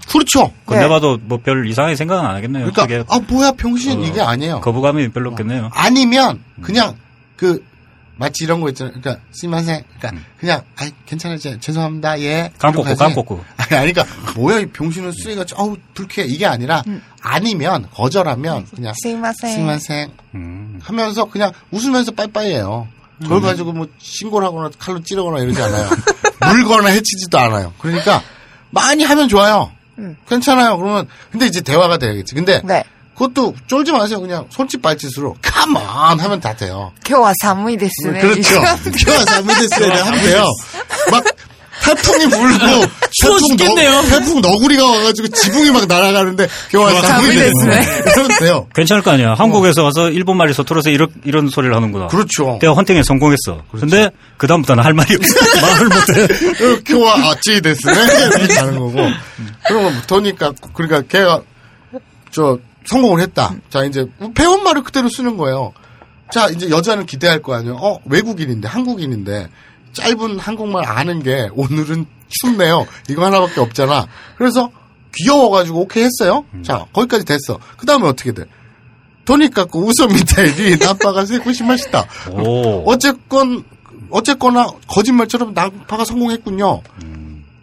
Speaker 3: 거고. 그렇죠.
Speaker 4: 건네봐도 뭐 별 이상하게 생각은 안 하겠네요.
Speaker 3: 그러니까
Speaker 4: 예,
Speaker 3: 어.
Speaker 4: 그게 어.
Speaker 3: 아 뭐야 병신 이게 아니에요.
Speaker 4: 거부감이 음. 별로 없겠네요.
Speaker 3: 아니면 그냥 그 마치 이런 거 있잖아요. 그러니까 쓰면서 그러니까 그냥 아 괜찮아요. 제- 죄송합니다. 예.
Speaker 4: 음.
Speaker 3: 이러고
Speaker 4: 깡꽂고,
Speaker 3: 가지.
Speaker 4: 깡꽂고.
Speaker 3: 아니 아니, 그러니까 뭐야 이 병신은 쓰기가 어우 불쾌해 이게 아니라 아니면 거절하면 그냥
Speaker 2: 스이마셍.
Speaker 3: 쓰면서
Speaker 4: 음.
Speaker 3: 하면서 그냥 웃으면서 빠이빠이해요. 그걸 가지고 뭐 신고를 하거나 칼로 찌르거나 이러지 않아요. 물거나 해치지도 않아요. 그러니까 많이 하면 좋아요. 괜찮아요. 그러면 근데 이제 대화가 돼야겠지. 근데
Speaker 2: 네.
Speaker 3: 그것도 쫄지 마세요. 그냥 손짓 발짓으로 가만 하면 다 돼요.
Speaker 2: 겨와 사무이
Speaker 3: 음,
Speaker 1: 그렇죠.
Speaker 2: 데스네.
Speaker 3: 그렇죠. 겨와 잘못했어요. 하면 돼요. 막 태풍이 불고
Speaker 1: 추워 죽겠네요.
Speaker 3: 태풍 너구리가 와가지고 지붕이 막 날아가는데 교환
Speaker 2: 답이 됐네.
Speaker 3: 이러면 돼요.
Speaker 4: 괜찮을 거 아니야. 한국에서 와서 일본 말이 서툴어서 이런, 이런 소리를 하는구나.
Speaker 3: 어. 그렇죠.
Speaker 4: 내가 헌팅에 성공했어. 근데 그다음부터는 할 말이 없어. 말을 못해.
Speaker 3: 교환 아찌 됐으네. 이렇게 가는 거고. 그러면 더니까 그러니까 걔가 저 성공을 했다. 자 이제 배운 말을 그대로 쓰는 거예요. 자 이제 여자는 기대할 거 아니에요. 어 외국인인데 한국인인데 짧은 한국말 아는 게 오늘은 춥네요. 이거 하나밖에 없잖아. 그래서 귀여워가지고 오케이 했어요. 자 거기까지 됐어. 그 다음에 어떻게 돼? 돈이 깎고 웃음 미타이니 나빠가 세고 심하시다. 어.
Speaker 4: 오.
Speaker 3: 어쨌건 어쨌거나 거짓말처럼 난파가 성공했군요.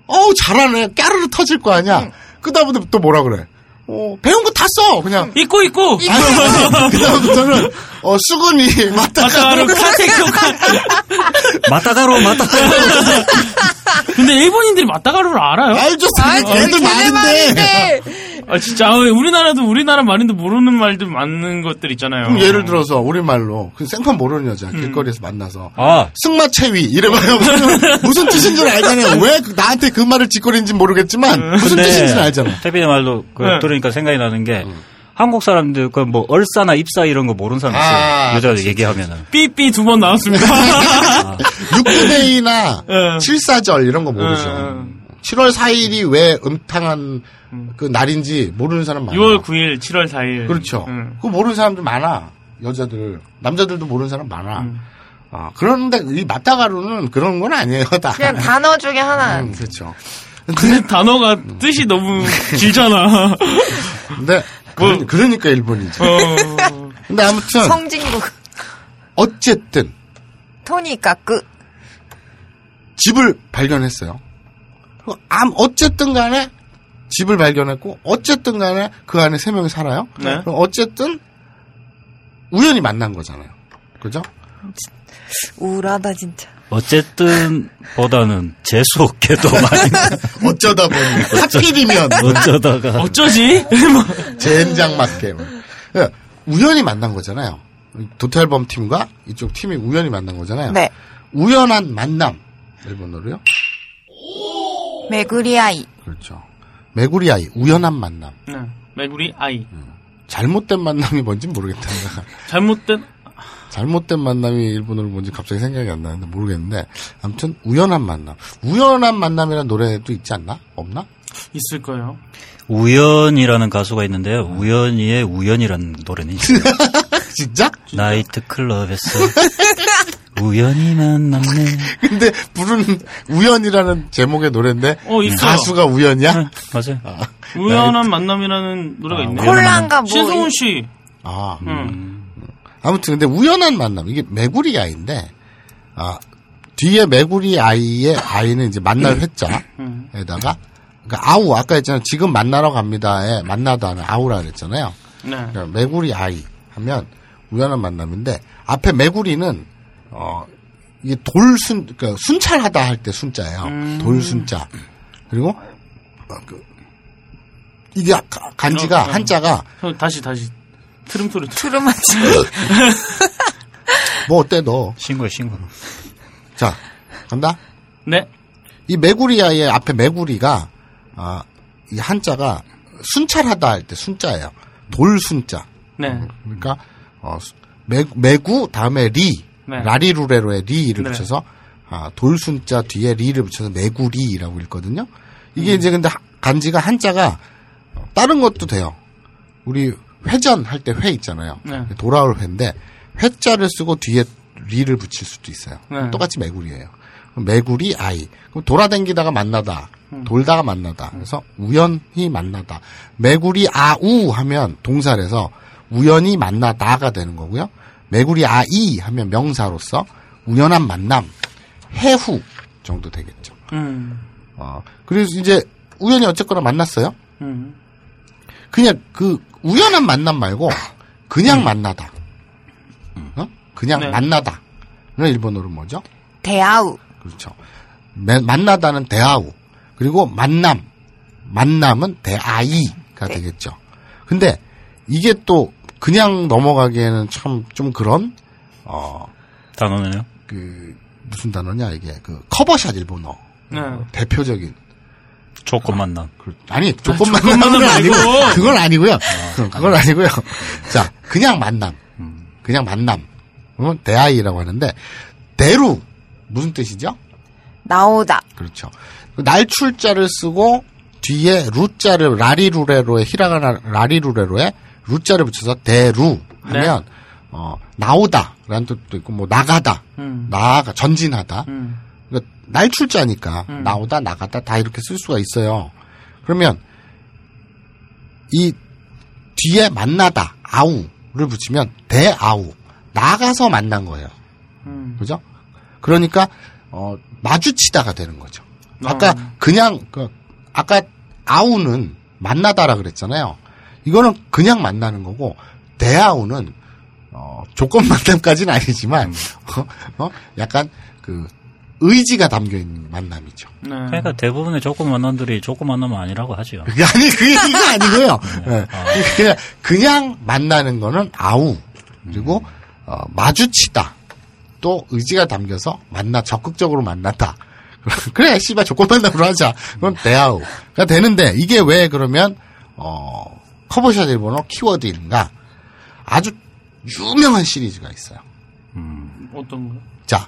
Speaker 3: 어우 잘하네. 까르르 터질 거 아니야. 그다음부터 또 뭐라 그래? 어, 배운 거 다 써. 그냥.
Speaker 1: 있고 있고.
Speaker 3: 아니, 아니, 그다음부터는 어 수근이 맞다가
Speaker 1: 아까로 카테키오카.
Speaker 4: 마타가로, 마타가로.
Speaker 1: 근데 일본인들이 맞다가루를 알아요?
Speaker 3: 알죠. 애들 말인데.
Speaker 2: 네.
Speaker 1: 아 진짜 아, 우리나라도 우리나라 말인데 모르는 말들 많은 것들 있잖아요.
Speaker 3: 그럼 음, 예를 들어서 우리말로 그 생판 모르는 여자 길거리에서 만나서
Speaker 4: 아,
Speaker 3: 승마채위 이래봐요 무슨 뜻인지는 알잖아요 왜 그- 나한테 그 말을 짓거리는지 모르겠지만 무슨
Speaker 4: 네.
Speaker 3: 뜻인지는 알잖아 음.
Speaker 4: 태빈의 말로 그
Speaker 1: 네.
Speaker 4: 들으니까 생각이 나는 게 한국 사람들 그 뭐 얼싸나 입사 이런 거 모르는 사람 있어요.
Speaker 3: 아,
Speaker 4: 여자들 얘기하면은.
Speaker 1: 삐삐 두 번 나왔습니다. 예.
Speaker 3: 6분의이나 칠사절 이런 거 모르죠.
Speaker 1: 예.
Speaker 3: 7월 4일이 왜 음탕한 그 날인지 모르는 사람 많아.
Speaker 1: 6월 9일, 7월 4일.
Speaker 3: 그렇죠.
Speaker 1: 음.
Speaker 3: 그거 모르는 사람들 많아. 여자들, 남자들도 모르는 사람 많아.
Speaker 1: 음.
Speaker 3: 아, 그런데 이 맞다가루는 그런 건 아니에요. 다.
Speaker 2: 그냥 단어 중에 하나.
Speaker 3: 음, 그렇죠.
Speaker 1: 근데 단어가 뜻이 너무 길잖아.
Speaker 3: 근데 그러- 그러니까 일본이지.
Speaker 1: 뭐 어.
Speaker 3: 근데 아무튼
Speaker 2: 성진국.
Speaker 3: 어쨌든
Speaker 2: 토니까 그.
Speaker 3: 집을 발견했어요. 그 암, 어쨌든 간에 집을 발견했고, 어쨌든 간에 그 안에 세 명이 살아요.
Speaker 1: 네.
Speaker 3: 그럼 어쨌든 우연히 만난 거잖아요. 그죠?
Speaker 2: 우울하다 진짜.
Speaker 4: 어쨌든 보다는 재수 없게도 많이
Speaker 3: 어쩌다 보니, 하필이면,
Speaker 4: 어쩌다가
Speaker 1: 어쩌지?
Speaker 3: 젠장 맞게. 그러니까 우연히 만난 거잖아요. 도탈범 팀과 이쪽 팀이 우연히 만난 거잖아요.
Speaker 2: 네.
Speaker 3: 우연한 만남. 일본어로요?
Speaker 2: 메구리아이.
Speaker 3: 그렇죠. 메구리 아이, 우연한 만남.
Speaker 1: 네. 메구리 아이.
Speaker 3: 잘못된 만남이 뭔지 모르겠다는 거.
Speaker 1: 잘못된
Speaker 3: 잘못된 만남이 일본어로 뭔지 갑자기 생각이 안 나는데 모르겠는데 아무튼 우연한 만남 우연한 만남이라는 노래도 있지 않나 없나
Speaker 1: 있을 거예요.
Speaker 4: 우연이라는 가수가 있는데요. 우연이의 우연이라는 노래는 있어요.
Speaker 3: 진짜
Speaker 4: 나이트 클럽에서 우연히 만났네.
Speaker 3: 근데 부른 우연이라는 제목의 노래인데
Speaker 1: 어, 있어요.
Speaker 3: 가수가 우연이야
Speaker 4: 맞아요.
Speaker 1: 우연한 만남이라는 노래가 있네요.
Speaker 2: 콜라인가 뭐.
Speaker 1: 신승훈 씨.
Speaker 3: 아
Speaker 1: 응.
Speaker 3: 아무튼 근데 우연한 만남 이게 메구리 아이인데 아 뒤에 메구리 아이의 아이는 이제 만날 회자에다가 그러니까 아우 아까 했잖아요 지금 만나러 갑니다에 만나다는 아우라 그랬잖아요
Speaker 1: 네.
Speaker 3: 그러니까 메구리 아이 하면 우연한 만남인데 앞에 메구리는 어 이게 돌순 그러니까 순찰하다 할 때 순자예요. 돌순자 그리고 어, 그 이게 아, 가- 간지가
Speaker 1: 어, 어.
Speaker 3: 한자가
Speaker 1: 형, 다시 다시 트름 소리.
Speaker 2: 트루마치.
Speaker 3: 뭐 어때 너?
Speaker 4: 신고해 신고.
Speaker 3: 자 간다.
Speaker 1: 네.
Speaker 3: 이 메구리 아이의 앞에 메구리가 아 이 한자가 순찰하다 할 때 순자예요. 돌순자.
Speaker 1: 네.
Speaker 3: 그러니까 어, 수- 매, 매구 다음에 리
Speaker 1: 네.
Speaker 3: 라리루레로에 리를
Speaker 1: 네.
Speaker 3: 붙여서 아, 돌순자 뒤에 리를 붙여서 매구리라고 읽거든요.
Speaker 1: 음.
Speaker 3: 이게 이제 근데 하- 간지가 한자가 어, 다른 것도 돼요. 우리 회전 할 때 회 있잖아요.
Speaker 1: 네.
Speaker 3: 돌아올 회인데 회자를 쓰고 뒤에 리를 붙일 수도 있어요.
Speaker 1: 네.
Speaker 3: 똑같이 매구리예요. 그럼 매구리 아이. 그럼 돌아댕기다가 만나다.
Speaker 1: 음.
Speaker 3: 돌다가 만나다. 그래서 우연히 만나다. 매구리 아우 하면 동사래서 우연히 만나다가 되는 거고요. 매구리 아이 하면 명사로서 우연한 만남, 해후 정도 되겠죠.
Speaker 1: 음.
Speaker 3: 어, 그래서 이제 우연히 어쨌거나 만났어요.
Speaker 1: 음.
Speaker 3: 그냥 그 우연한 만남 말고 그냥 만나다. 어? 그냥
Speaker 1: 네.
Speaker 3: 만나다. 는 일본어로 뭐죠?
Speaker 2: 대아우.
Speaker 3: 그렇죠. 매- 만나다는 대아우. 그리고 만남. 만남은 대아이가 되겠죠. 근데 이게 또 그냥 넘어가기에는 참 좀 그런 어,
Speaker 4: 단어는요?
Speaker 3: 그 무슨 단어냐 이게 그 커버샷 일본어
Speaker 1: 네.
Speaker 3: 대표적인
Speaker 4: 조건 만남.
Speaker 3: 아니 조건 만남은
Speaker 1: 조건 만남은
Speaker 3: 아니고
Speaker 1: 아니고.
Speaker 3: 그건 아니고요. 그- 그건 아니고요. 자 그냥 만남, 그냥 만남. 그건 대아이라고 하는데 대루 무슨 뜻이죠?
Speaker 2: 나오다.
Speaker 3: 그렇죠. 그 날출자를 쓰고 뒤에 루자를 라리루레로에 히라가나 라리루레로에 루자를 붙여서 대루 하면 어 나오다라는 뜻도 있고 뭐 나가다
Speaker 1: 음.
Speaker 3: 나아가 전진하다
Speaker 1: 음.
Speaker 3: 그러니까 날출자니까 나오다 나갔다 다 이렇게 쓸 수가 있어요. 그러면 이 뒤에 만나다 아우를 붙이면 대아우 나가서 만난 거예요.
Speaker 1: 음.
Speaker 3: 그죠? 그러니까 어, 마주치다가 되는 거죠. 아까 그냥 그, 아까 아우는 만나다라 그랬잖아요. 이거는 그냥 만나는 거고 대아우는 어, 조건 만남까지는 아니지만 어, 약간 그 의지가 담겨 있는 만남이죠.
Speaker 1: 네.
Speaker 4: 그러니까 대부분의 조건 만남들이 조건 만남은 아니라고 하죠.
Speaker 3: 그게 아니 그 얘기가 아니고요. 예. 그냥 그냥 만나는 거는 아우 그리고 어, 마주치다 또 의지가 담겨서 만나 적극적으로 만난다. 그래 씨발 조건 만남으로 하자. 그럼 대아우가 그러니까 되는데 이게 왜 그러면 어 커버샷 일본어 키워드인가? 아주 유명한 시리즈가 있어요.
Speaker 1: 어떤 거?
Speaker 3: 자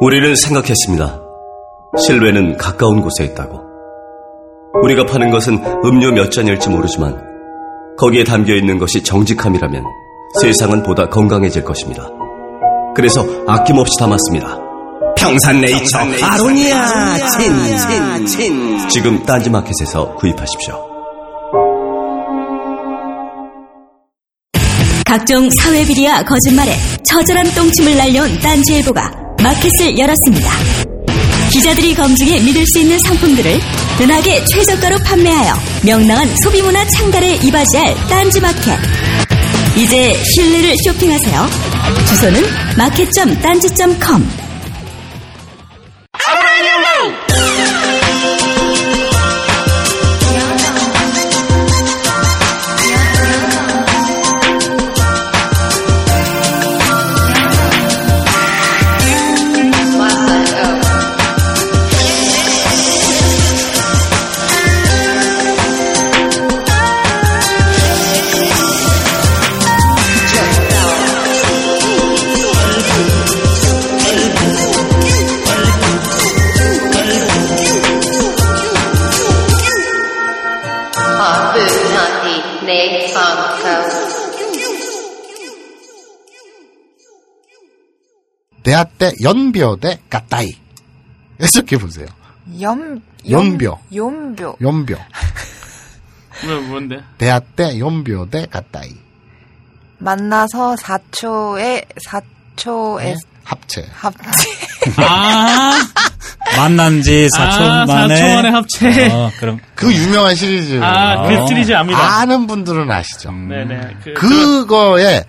Speaker 6: 우리를 생각했습니다. 실외는 가까운 곳에 있다고. 우리가 파는 것은 음료 몇 잔일지 모르지만 거기에 담겨 있는 것이 정직함이라면 세상은 보다 건강해질 것입니다. 그래서 아낌없이 담았습니다.
Speaker 7: 평산네이처 아로니아 진진진
Speaker 6: 지금 딴지마켓에서 구입하십시오.
Speaker 8: 각종 사회 비리와 거짓말에 처절한 똥침을 날려온 딴지일보가 마켓을 열었습니다. 기자들이 검증해 믿을 수 있는 상품들을 은하계 최저가로 판매하여 명랑한 소비문화 창달에 이바지할 딴지마켓. 이제 실내를 쇼핑하세요. 주소는 마켓.딴지.com
Speaker 9: 화분하니 내 방금
Speaker 3: 대아때 연벼대 까따이 해석해 보세요.
Speaker 2: 염,
Speaker 3: 연벼.
Speaker 2: 연벼.
Speaker 3: 연벼
Speaker 1: 왜 뭔데?
Speaker 3: 대아때 연벼대 까따이
Speaker 2: 만나서 4초에,
Speaker 3: 네.
Speaker 2: 4초에
Speaker 3: 합체.
Speaker 2: 합체.
Speaker 1: 아,
Speaker 4: 만난 지
Speaker 1: 아,
Speaker 4: 4초
Speaker 1: 4초
Speaker 4: 만에.
Speaker 1: 만에 합체.
Speaker 4: 어, 그럼
Speaker 3: 그 유명한 시리즈.
Speaker 1: 아, 그 시리즈 압니다.
Speaker 3: 아는 분들은 아시죠.
Speaker 1: 네네. 그,
Speaker 3: 그거에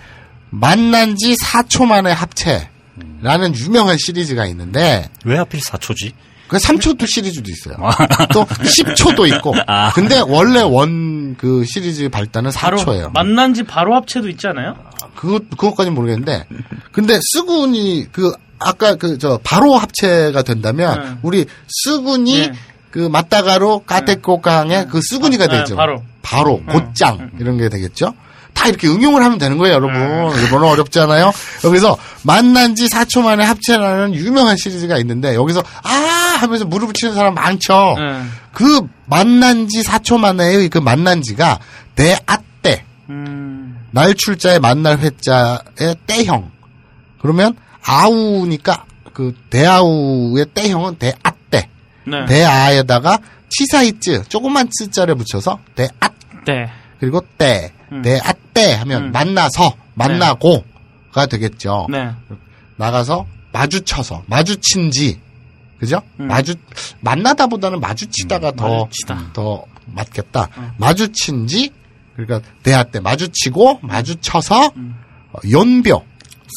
Speaker 3: 만난 지 4초 만에 합체라는 유명한 시리즈가 있는데
Speaker 4: 왜 하필 4초지?
Speaker 3: 그 3초도 시리즈도 있어요.
Speaker 1: 아.
Speaker 3: 또 10초도 있고. 근데 원래 원 그 시리즈 발단은
Speaker 1: 바로
Speaker 3: 4초예요.
Speaker 1: 만난 지 바로 합체도 있지 않아요?
Speaker 3: 그것 그것까지는 모르겠는데. 근데 스군이 그 아까 그 저 바로 합체가 된다면
Speaker 1: 네.
Speaker 3: 우리 스군이
Speaker 1: 네.
Speaker 3: 그 맞다가로 까테코강의 그 스군이가
Speaker 1: 아, 네,
Speaker 3: 되죠.
Speaker 1: 바로. 네.
Speaker 3: 바로 곧장 이런 게 되겠죠. 다 이렇게 응용을 하면 되는 거예요, 여러분.
Speaker 1: 네.
Speaker 3: 일본어 어렵잖아요. 여기서 만난 지 4초 만에 합체라는 유명한 시리즈가 있는데 여기서 아 하면서 무릎을 치는 사람 많죠.
Speaker 1: 네.
Speaker 3: 그 만난 지 4초 만에의 그 만난 지가 내 아떼
Speaker 1: 음,
Speaker 3: 날 출자에 만날 회자의 때형. 그러면 아우니까 그 대아우의 때형은 대아떼.
Speaker 1: 네.
Speaker 3: 대아에다가 치사이츠 조그만 츠자를 붙여서 대아
Speaker 1: 네.
Speaker 3: 그리고 때
Speaker 1: 음.
Speaker 3: 대아떼 하면
Speaker 1: 음.
Speaker 3: 만나서 만나고가 되겠죠.
Speaker 1: 네.
Speaker 3: 나가서 마주쳐서 마주친지 그죠? 마주 만나다보다는 마주치다가 더 음,
Speaker 4: 마주치다.
Speaker 3: 더 맞겠다. 마주친지 그러니까 대화 때 마주치고 마주쳐서 어, 연병
Speaker 1: 어.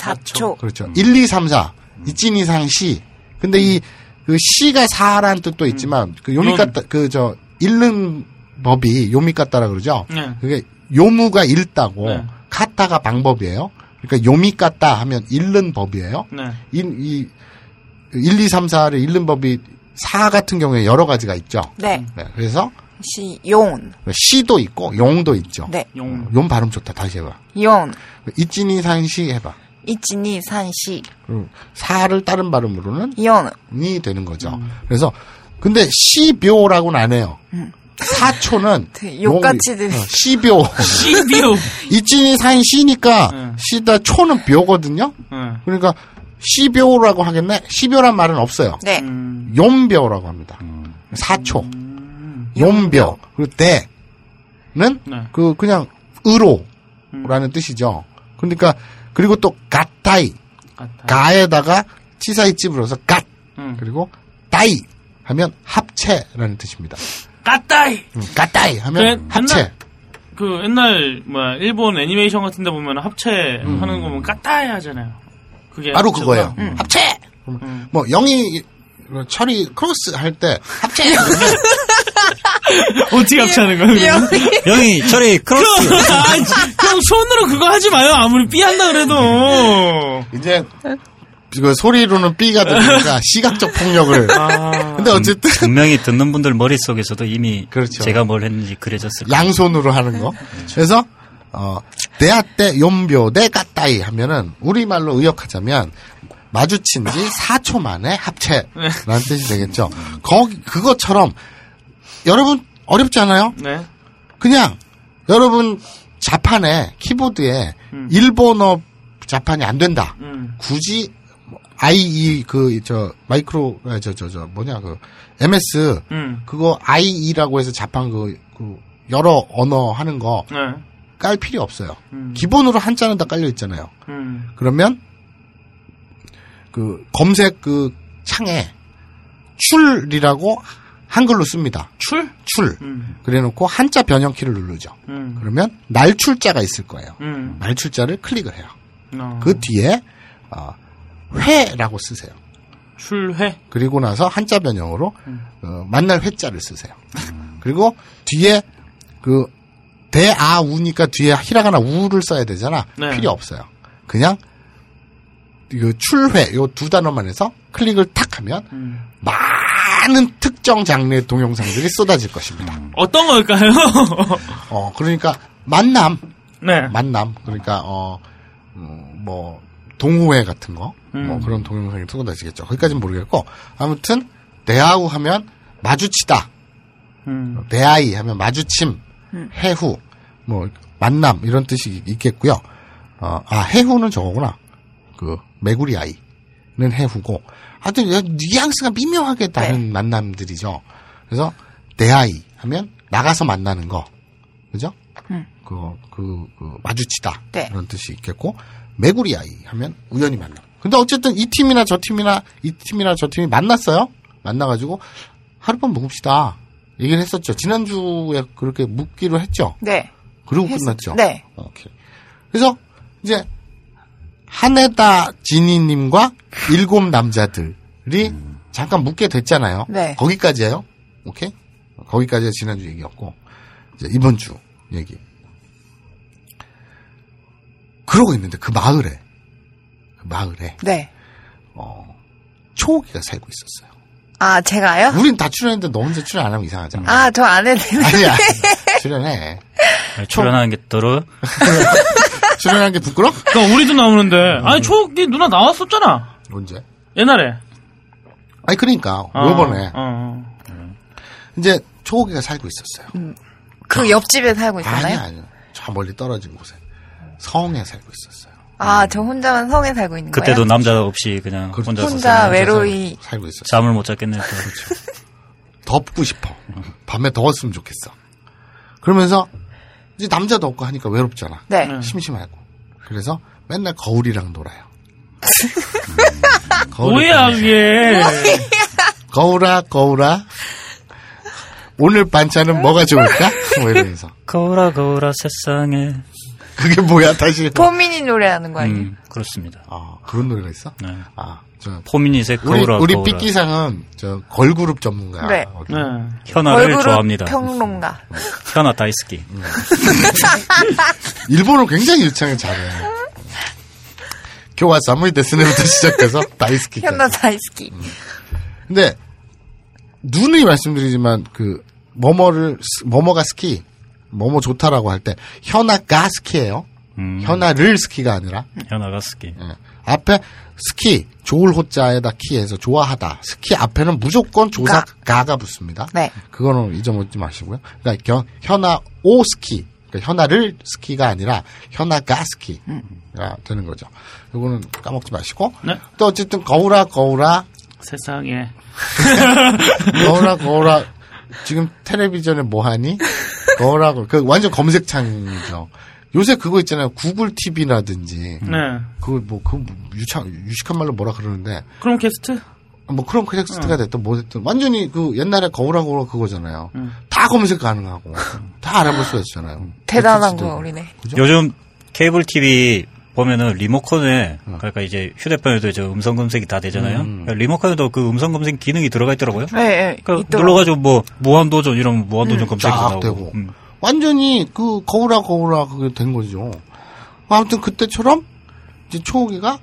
Speaker 2: 4초.
Speaker 3: 그렇죠. 1, 2, 3, 4. 이찐 이상 시. 근데 이, 그 시가 사라는 뜻도 있지만, 그 요미까따, 그 저, 읽는 법이 요미까따라 그러죠.
Speaker 1: 네.
Speaker 3: 그게 요무가 읽다고,
Speaker 1: 네.
Speaker 3: 카타가 방법이에요. 그러니까 요미까따 하면 읽는 법이에요.
Speaker 1: 네.
Speaker 3: 일, 이, 1, 2, 3, 4를 읽는 법이 사 같은 경우에 여러 가지가 있죠.
Speaker 2: 네.
Speaker 3: 네, 그래서
Speaker 2: 시, 용.
Speaker 3: 시도 있고 용도 있죠.
Speaker 2: 네.
Speaker 1: 용.
Speaker 3: 용 발음 좋다. 다시 해봐.
Speaker 2: 용.
Speaker 3: 이찐 이상 시 해봐.
Speaker 2: 1, 2, 3, 4.
Speaker 3: 그럼 사를 다른 발음으로는
Speaker 2: 용.
Speaker 3: 이 되는 거죠.
Speaker 2: 음.
Speaker 3: 그래서 근데 시묘라고는 안 해요. 사초는
Speaker 2: 음. 되게 욕같이
Speaker 3: 용-
Speaker 2: 들리-
Speaker 3: 어, 시묘 네.
Speaker 1: 시비오.
Speaker 3: 이진이 사인 시니까
Speaker 1: 음.
Speaker 3: 시다 초는 묘거든요.
Speaker 1: 네.
Speaker 3: 그러니까 시묘라고 하겠네. 시묘란 말은 없어요.
Speaker 2: 네.
Speaker 4: 음.
Speaker 3: 용묘라고 합니다. 사초 용묘 그리고 대는
Speaker 1: 네.
Speaker 3: 그 그냥 의로라는 뜻이죠. 그러니까 그리고 또 가타이
Speaker 1: 같아.
Speaker 3: 가에다가 치사이 찝으로서 갓
Speaker 1: 응.
Speaker 3: 그리고 따이 하면 합체라는 뜻입니다.
Speaker 1: 까따이.
Speaker 3: 음, 까따이 하면
Speaker 1: 그래,
Speaker 3: 합체.
Speaker 1: 맨날- 그 옛날 뭐 일본 애니메이션 같은 데 보면 합체 하는 거 보면 까따이 하잖아요. 그게
Speaker 3: 바로
Speaker 1: 합체구나.
Speaker 3: 그거예요. 합체.
Speaker 1: 음.
Speaker 3: 뭐 영희 철이 크로스 할 때 합체.
Speaker 1: 어떻게 합체하는 거예요? 그러면?
Speaker 4: 여기 저리 크로스
Speaker 1: 아이, 그럼 손으로 그거 하지 마요. 아무리 삐한다 그래도.
Speaker 3: 이제 그 소리로는 B가 들리니까 시각적 폭력을.
Speaker 1: 아.
Speaker 3: 근데 어쨌든
Speaker 4: 분명히 듣는 분들 머릿속에서도 이미
Speaker 3: 그렇죠.
Speaker 4: 제가 뭘 했는지 그려졌을 거예요.
Speaker 3: 양손으로 하는 거. 그래서 어 대아때 용묘대 까따이 하면은 우리말로 의역하자면 마주친지 4초 만에 합체라는 뜻이 되겠죠. 거기 그것처럼 여러분 어렵지 않아요?
Speaker 1: 네.
Speaker 3: 그냥 여러분 자판에 키보드에 일본어 자판이 안 된다.
Speaker 1: 음.
Speaker 3: 굳이 IE 그 저 마이크로 아, 저 저 저 뭐냐 그 MS
Speaker 1: 음.
Speaker 3: 그거 IE라고 해서 자판 그, 그 여러 언어 하는 거 깔
Speaker 1: 네.
Speaker 3: 필요 없어요.
Speaker 1: 음.
Speaker 3: 기본으로 한자는 다 깔려 있잖아요.
Speaker 1: 음.
Speaker 3: 그러면 그 검색 그 창에 출이라고 한글로 씁니다.
Speaker 1: 출?
Speaker 3: 출.
Speaker 1: 음.
Speaker 3: 그래놓고 한자 변형키를 누르죠.
Speaker 1: 음.
Speaker 3: 그러면 날출자가 있을 거예요.
Speaker 1: 음.
Speaker 3: 날출자를 클릭을 해요.
Speaker 1: 어.
Speaker 3: 그 뒤에 어, 회라고 쓰세요.
Speaker 1: 출회.
Speaker 3: 그리고 나서 한자 변형으로 어, 만날 회자를 쓰세요. 그리고 뒤에 그 대아우니까 뒤에 히라가나 우를 써야 되잖아.
Speaker 1: 네.
Speaker 3: 필요 없어요. 그냥 그 출회 요 두 단어만 해서 클릭을 탁 하면 많은 특정 장르의 동영상들이 쏟아질 것입니다.
Speaker 1: 어떤 걸까요?
Speaker 3: 어 그러니까 만남
Speaker 1: 네.
Speaker 3: 만남 그러니까 음, 어뭐 동호회 같은 거 뭐 그런 동영상이 쏟아지겠죠. 거기까지는 모르겠고 아무튼 대하우 하면 마주치다,
Speaker 1: 음.
Speaker 3: 대하이 하면 마주침, 해후 뭐 만남 이런 뜻이 있겠고요. 어아 해후는 저거구나. 그 메구리 아이는 해후고 하여튼 이런 뉘앙스가 미묘하게 다른 만남들이죠. 그래서 대하이 하면 나가서 만나는 거 그죠? 그, 그, 그, 마주치다.
Speaker 2: 네.
Speaker 3: 이런 뜻이 있겠고, 메구리 아이 하면 우연히 만나. 근데 어쨌든 이 팀이나 저 팀이나 이 팀이나 저 팀이 만났어요. 만나가지고 하룻밤 묵읍시다. 얘기를 했었죠. 지난주에 그렇게 묵기로 했죠.
Speaker 2: 네.
Speaker 3: 그리고
Speaker 2: 했-
Speaker 3: 끝났죠.
Speaker 2: 네.
Speaker 3: 오케이. 그래서 이제 한에다 지니님과 일곱 남자들이 잠깐 묻게 됐잖아요.
Speaker 2: 네.
Speaker 3: 거기까지예요. 오케이. 거기까지 지난주 얘기였고 이제 이번 주 얘기. 그러고 있는데 그 마을에 그 마을에
Speaker 2: 네.
Speaker 3: 어, 초호기가 살고 있었어요.
Speaker 2: 아, 제가요?
Speaker 3: 우린 다 출연했는데 너 혼자 출연 안 하면 이상하잖아.
Speaker 2: 아, 저 안 해도 되네.
Speaker 3: 아니야. 출연해.
Speaker 4: 네, 출연하는 게 더러
Speaker 3: 출연한 게 부끄러?
Speaker 1: 그러니까 우리도 나오는데. 아니 초기 누나 나왔었잖아.
Speaker 3: 언제?
Speaker 1: 옛날에.
Speaker 3: 아니 그러니까
Speaker 1: 어.
Speaker 3: 요번에
Speaker 1: 어, 어.
Speaker 3: 이제 초호기가 살고 있었어요.
Speaker 2: 그 옆집에 살고
Speaker 3: 아니
Speaker 2: 있잖아요.
Speaker 3: 아니요. 저 멀리 떨어진 곳에 성에 살고 있었어요.
Speaker 2: 아, 저 혼자만 성에 살고 있는 거예요?
Speaker 4: 그때도 남자 없이 그냥
Speaker 3: 그렇죠.
Speaker 4: 혼자서
Speaker 2: 혼자
Speaker 4: 살면서
Speaker 2: 외로이.
Speaker 3: 살고, 살고 있었어요.
Speaker 4: 잠을 못 잤겠네요. 또.
Speaker 3: 덥고 싶어. 밤에 더웠으면 좋겠어. 그러면서 이제 남자도 없고 하니까 외롭잖아.
Speaker 2: 네.
Speaker 3: 심심하고. 그래서 맨날 거울이랑 놀아요. 거울에
Speaker 1: 뭐야 그게
Speaker 3: 거울아, 거울아. 오늘 반찬은 뭐가 좋을까? 뭐 이러면서.
Speaker 4: 거울아 거울아 세상에.
Speaker 3: 그게 뭐야, 다시.
Speaker 2: 포민이 노래하는 거 아니에요?
Speaker 3: 네.
Speaker 4: 음, 그렇습니다.
Speaker 3: 아, 그런 노래가 있어?
Speaker 4: 네.
Speaker 3: 아, 저.
Speaker 4: 포미닛의
Speaker 3: 우리,
Speaker 4: 거울아
Speaker 3: 우리
Speaker 4: 거울아.
Speaker 3: 삐끼상은, 저, 걸그룹 전문가.
Speaker 2: 네.
Speaker 1: 네.
Speaker 4: 현아를
Speaker 2: 걸그룹
Speaker 4: 좋아합니다.
Speaker 2: 평론가.
Speaker 4: 현아 다이스키. 음,
Speaker 3: 일본어 굉장히 유창해, 잘해. 교와 사무이 데스네부터 시작해서 다이스키까지.
Speaker 2: 현나 다이스키.
Speaker 4: 음,
Speaker 3: 근데 누누이 말씀드리지만 그 뭐뭐를 스- 뭐뭐가 스키 뭐뭐 좋다라고 할 때 현아가 스키예요.
Speaker 4: 음,
Speaker 3: 현아를 스키가 아니라
Speaker 4: 현아가 스키.
Speaker 3: 예. 앞에 스키 좋을 호자에다 키해서 좋아하다 스키 앞에는 무조건 조사 가. 가 붙습니다.
Speaker 2: 네.
Speaker 3: 그거는 잊어먹지 마시고요. 그러니까 겨- 현아 오 스키 그러니까 현아를 스키가 아니라 현아가 스키가 되는 거죠. 이거는 까먹지 마시고
Speaker 1: 네.
Speaker 3: 또 어쨌든 거울아 거울아
Speaker 1: 세상에
Speaker 3: 거울아 거울아 지금 텔레비전에 뭐하니? 거울아 거울. 그 완전 검색창이죠. 요새 그거 있잖아요. 구글 TV라든지
Speaker 1: 네
Speaker 3: 그걸 뭐그 유창 유식한 말로 뭐라 그러는데
Speaker 1: 그럼 캐스트
Speaker 3: 뭐 크롬 캐스트가 됐든 뭐 됐든 완전히 그 옛날에 거울아 거울아 그거잖아요. 다 검색 가능하고 다 알아볼 수가 있잖아요.
Speaker 4: 음,
Speaker 2: 대단한
Speaker 3: 넷플릭스도
Speaker 2: 거 우리네.
Speaker 4: 요즘 케이블 TV 보면은 리모컨에
Speaker 3: 어.
Speaker 4: 그러니까 이제 휴대폰에도 저 음성 검색이 다 되잖아요. 그러니까 리모컨에도 그 음성 검색 기능이 들어가 있더라고요.
Speaker 2: 예, 예.
Speaker 4: 그러니까
Speaker 2: 있더라고.
Speaker 4: 눌러가지고 뭐 무한도전 이러면 무한도전 검색도
Speaker 3: 쫙
Speaker 4: 나오고.
Speaker 3: 되고
Speaker 4: 음.
Speaker 3: 완전히 그 거울아 거울아 그게 된 거죠. 뭐 아무튼 그때처럼 이제 초호기가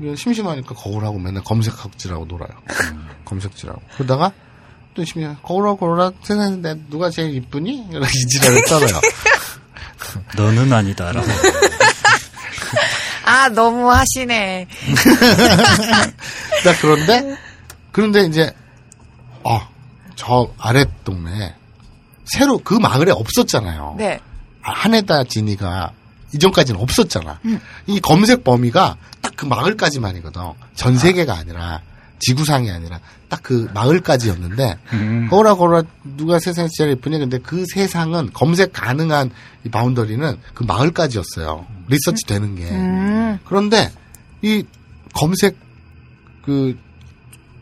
Speaker 3: 이게 심심하니까 거울하고 맨날 검색학지라고 놀아요. 검색지라고. 그러다가 또 심심해 거울아 거울아 세상에 내 누가 제일 이쁘니? 이런 이지랄을 떨어요.
Speaker 4: 너는 아니다라고.
Speaker 2: 아, 너무 하시네.
Speaker 3: 자, 그런데, 그런데 이제, 아, 저 아래 동네, 새로 그 마을에 없었잖아요.
Speaker 2: 네.
Speaker 3: 아, 한에다 지니가 이전까지는 없었잖아.
Speaker 2: 음.
Speaker 3: 이 검색 범위가 딱 그 마을까지만이거든. 전 세계가 아니라, 지구상이 아니라, 딱 그 마을까지였는데,
Speaker 2: 음.
Speaker 3: 거울아, 거울아, 누가 세상에 제일 예쁘냐. 근데 그 세상은 검색 가능한 이 바운더리는 그 마을까지였어요. 리서치 되는 게.
Speaker 2: 음.
Speaker 3: 그런데 이 검색 그,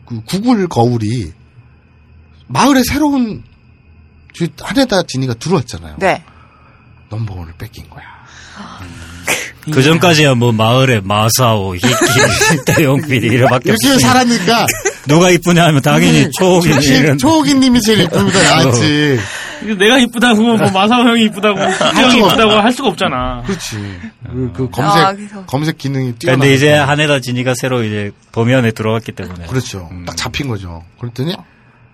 Speaker 3: 그 구글 거울이 마을에 새로운 저 한에다 진이가 들어왔잖아요.
Speaker 2: 네.
Speaker 3: 넘버원을 뺏긴 거야.
Speaker 4: 그 전까지야 뭐 마을에 마사오, 히키, 대용필 이래밖에
Speaker 3: 이렇게
Speaker 4: 없었으니
Speaker 3: 살았니까
Speaker 4: 누가 이쁘냐 하면 당연히 초호기 이런
Speaker 3: 네. 초호기님이 제일
Speaker 4: 어.
Speaker 3: 예쁩니다. 나왔지.
Speaker 1: 이거 내가 이쁘다고 뭐
Speaker 3: 네.
Speaker 1: 마사오 형이 이쁘다고 희재 형이
Speaker 3: 수가
Speaker 1: 이쁘다고 할 수가 없잖아
Speaker 3: 그렇지. 그, 그 검색
Speaker 2: 아, 그래서.
Speaker 3: 검색 기능이 뛰어나.
Speaker 4: 음. 근데 이제 한해다 진이가 새로 이제 범위 안에 들어갔기 때문에
Speaker 3: 네. 그렇죠.
Speaker 4: 음.
Speaker 3: 딱 잡힌 거죠. 그랬더니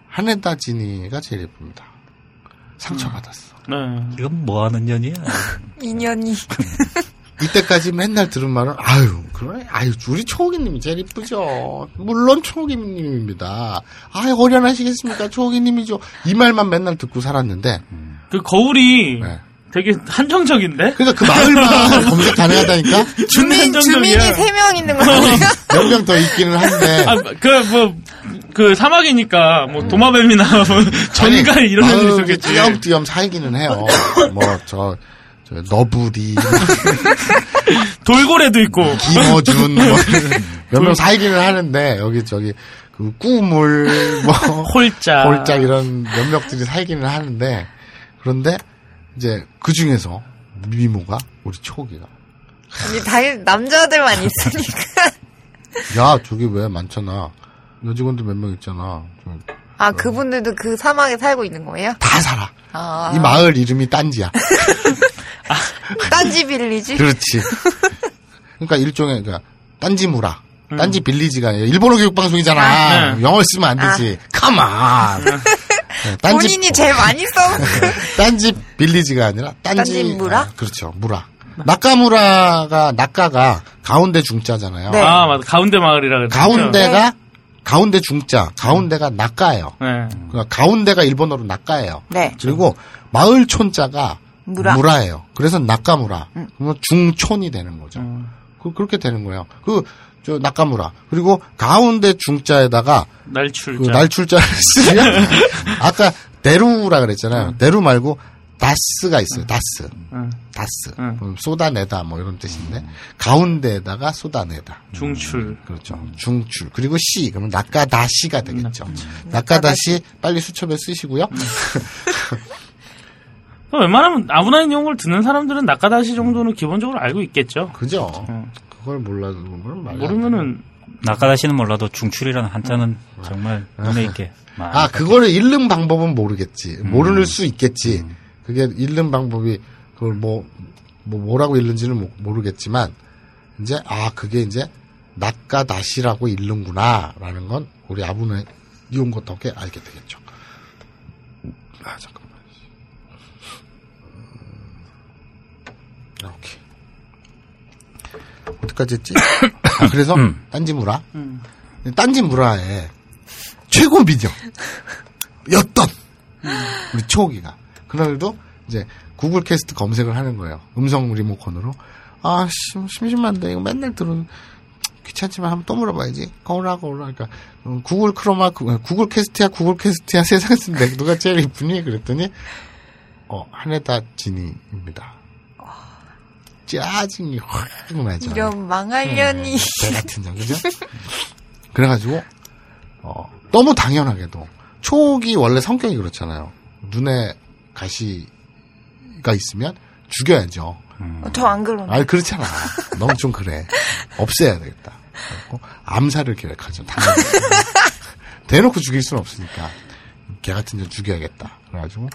Speaker 3: 한에다 진이가 제일 예쁩니다. 상처받았어.
Speaker 4: 음.
Speaker 1: 네
Speaker 4: 이건 뭐 하는 년이야?
Speaker 2: 인연이.
Speaker 3: 이때까지 맨날 들은 말은 아유 그러네 아유 우리 초호기님이 제일 이쁘죠 물론 초호기님입니다 아유 어련하시겠습니까 초호기님이죠 이 말만 맨날 듣고 살았는데
Speaker 4: 음.
Speaker 1: 그 거울이
Speaker 3: 네.
Speaker 1: 되게 한정적인데
Speaker 3: 그러니까 그 마을만 검색 가능하다니까
Speaker 2: 주민, 주민이 세 명 있는 거 아니에요?
Speaker 3: 몇 명 더 있기는 한데
Speaker 1: 아, 그, 뭐, 그 사막이니까, 뭐, 도마뱀이나, 뭐 전갈
Speaker 3: 아니,
Speaker 1: 이런 애들
Speaker 3: 마을이
Speaker 1: 있었겠지.
Speaker 3: 띄엄띄엄 살기는 해요 뭐저 저 너부리
Speaker 1: 돌고래도 있고.
Speaker 3: 김어준 뭐 뭐몇명 살기는 하는데 여기 저기 그 꾸물 뭐
Speaker 1: 홀짝.
Speaker 3: 골짝 이런 면역들이 살기는 하는데 그런데 이제 그 중에서 미모가 우리 초기가
Speaker 2: 아니, 다 남자들만 있으니까.
Speaker 3: 야 저기 왜 많잖아 여직원들 몇 명 있잖아 좀
Speaker 2: 아, 그분들도 그 사막에 살고 있는 거예요?
Speaker 3: 다 살아
Speaker 2: 아,
Speaker 3: 이 마을 이름이 딴지야
Speaker 2: 딴지 빌리지?
Speaker 3: 그렇지 그러니까 일종의 그러니까 딴지 무라
Speaker 2: 음.
Speaker 3: 딴지 빌리지가 아니라 일본어 교육 방송이잖아
Speaker 1: 네.
Speaker 3: 영어 쓰면 안 되지 가만 네, 딴지-
Speaker 2: 아. 음.
Speaker 3: 네.
Speaker 2: 본인이 제일 많이 써먹은.
Speaker 3: 딴지 빌리지가 아니라 딴지,
Speaker 2: 딴지 무라? 네.
Speaker 3: 아, 그렇죠 무라 낙가무라가 낙가가 가운데 중자잖아요.
Speaker 2: 네.
Speaker 1: 아, 맞아. 가운데 마을이라 그랬죠.
Speaker 3: 가운데가 가운데 중자 가운데가 낙가예요.
Speaker 1: 네.
Speaker 3: 그러니까 가운데가 일본어로 낙가예요.
Speaker 2: 네.
Speaker 3: 그리고 마을 촌자가
Speaker 2: 무라.
Speaker 3: 예요 그래서 낙가무라. 그러면 중촌이 되는 거죠. 그, 그렇게 되는 거예요. 그, 저, 낙가무라. 그리고 가운데 중자에다가
Speaker 1: 날출자.
Speaker 3: 음. 그 날출자를 쓰면 아까 대루라 그랬잖아요. 대루 말고 다스가 있어요. 다스. 다스.
Speaker 1: 응.
Speaker 3: 뭐 쏟아내다 뭐 이런 뜻인데 가운데에다가 쏟아내다.
Speaker 1: 중출.
Speaker 3: 그렇죠. 중출. 그리고 시. 그러면 낙가다시가 되겠죠. 음. 낙가다시 음. 빨리 수첩에 쓰시고요.
Speaker 1: 그럼 웬만하면 아무나 있는 용어를 듣는 사람들은 낙가다시 정도는 기본적으로 알고 있겠죠.
Speaker 3: 그죠? 그걸 몰라도 그건 말이 안 돼요.
Speaker 1: 음. 모르면은
Speaker 4: 낙가다시는 몰라도 중출이라는 한자는 정말 눈에 익게. 많이
Speaker 3: 음. 아, 음. 그거를 읽는 방법은 모르겠지. 모를 수 있겠지. 그게 읽는 방법이 그걸 뭐, 뭐라고 읽는지는 모- 모르겠지만 이제 아 그게 이제 낙가다시라고 읽는구나라는 건 우리 아부네 이용 것덕에 알게 되겠죠. 아 잠깐만. 음, 아, 오케이. 어디까지 했지? 아, 그래서 딴지무라. 딴지무라의 최고 미녀 였던 우리 초기가 그날도 이제 구글 캐스트 검색을 하는 거예요. 음성 리모컨으로 아 심, 심심한데 이거 맨날 들은 귀찮지만 한번 또 물어봐야지. 거울아 거울아 그러니까 음, 구글 크로마 구- 구글 캐스트야 구글 캐스트야 세상에서 내- 누가 제일 이쁘니 그랬더니 어 하네다 지니입니다. 짜증이 확 나죠.
Speaker 2: 이런 망할년이.
Speaker 3: 개 같은 장, 그죠? 그래가지고, 어, 너무 당연하게도, 초기 원래 성격이 그렇잖아요. 눈에 가시가 있으면 죽여야죠.
Speaker 4: 음.
Speaker 2: 저 어, 안 그러네.
Speaker 3: 아, 그렇잖아. 너무 좀 그래. 없애야 되겠다. 그래갖고 암살을 계획하죠. 당연히. 대놓고 죽일 수는 없으니까. 걔 같은 년 죽여야겠다. 그래가지고,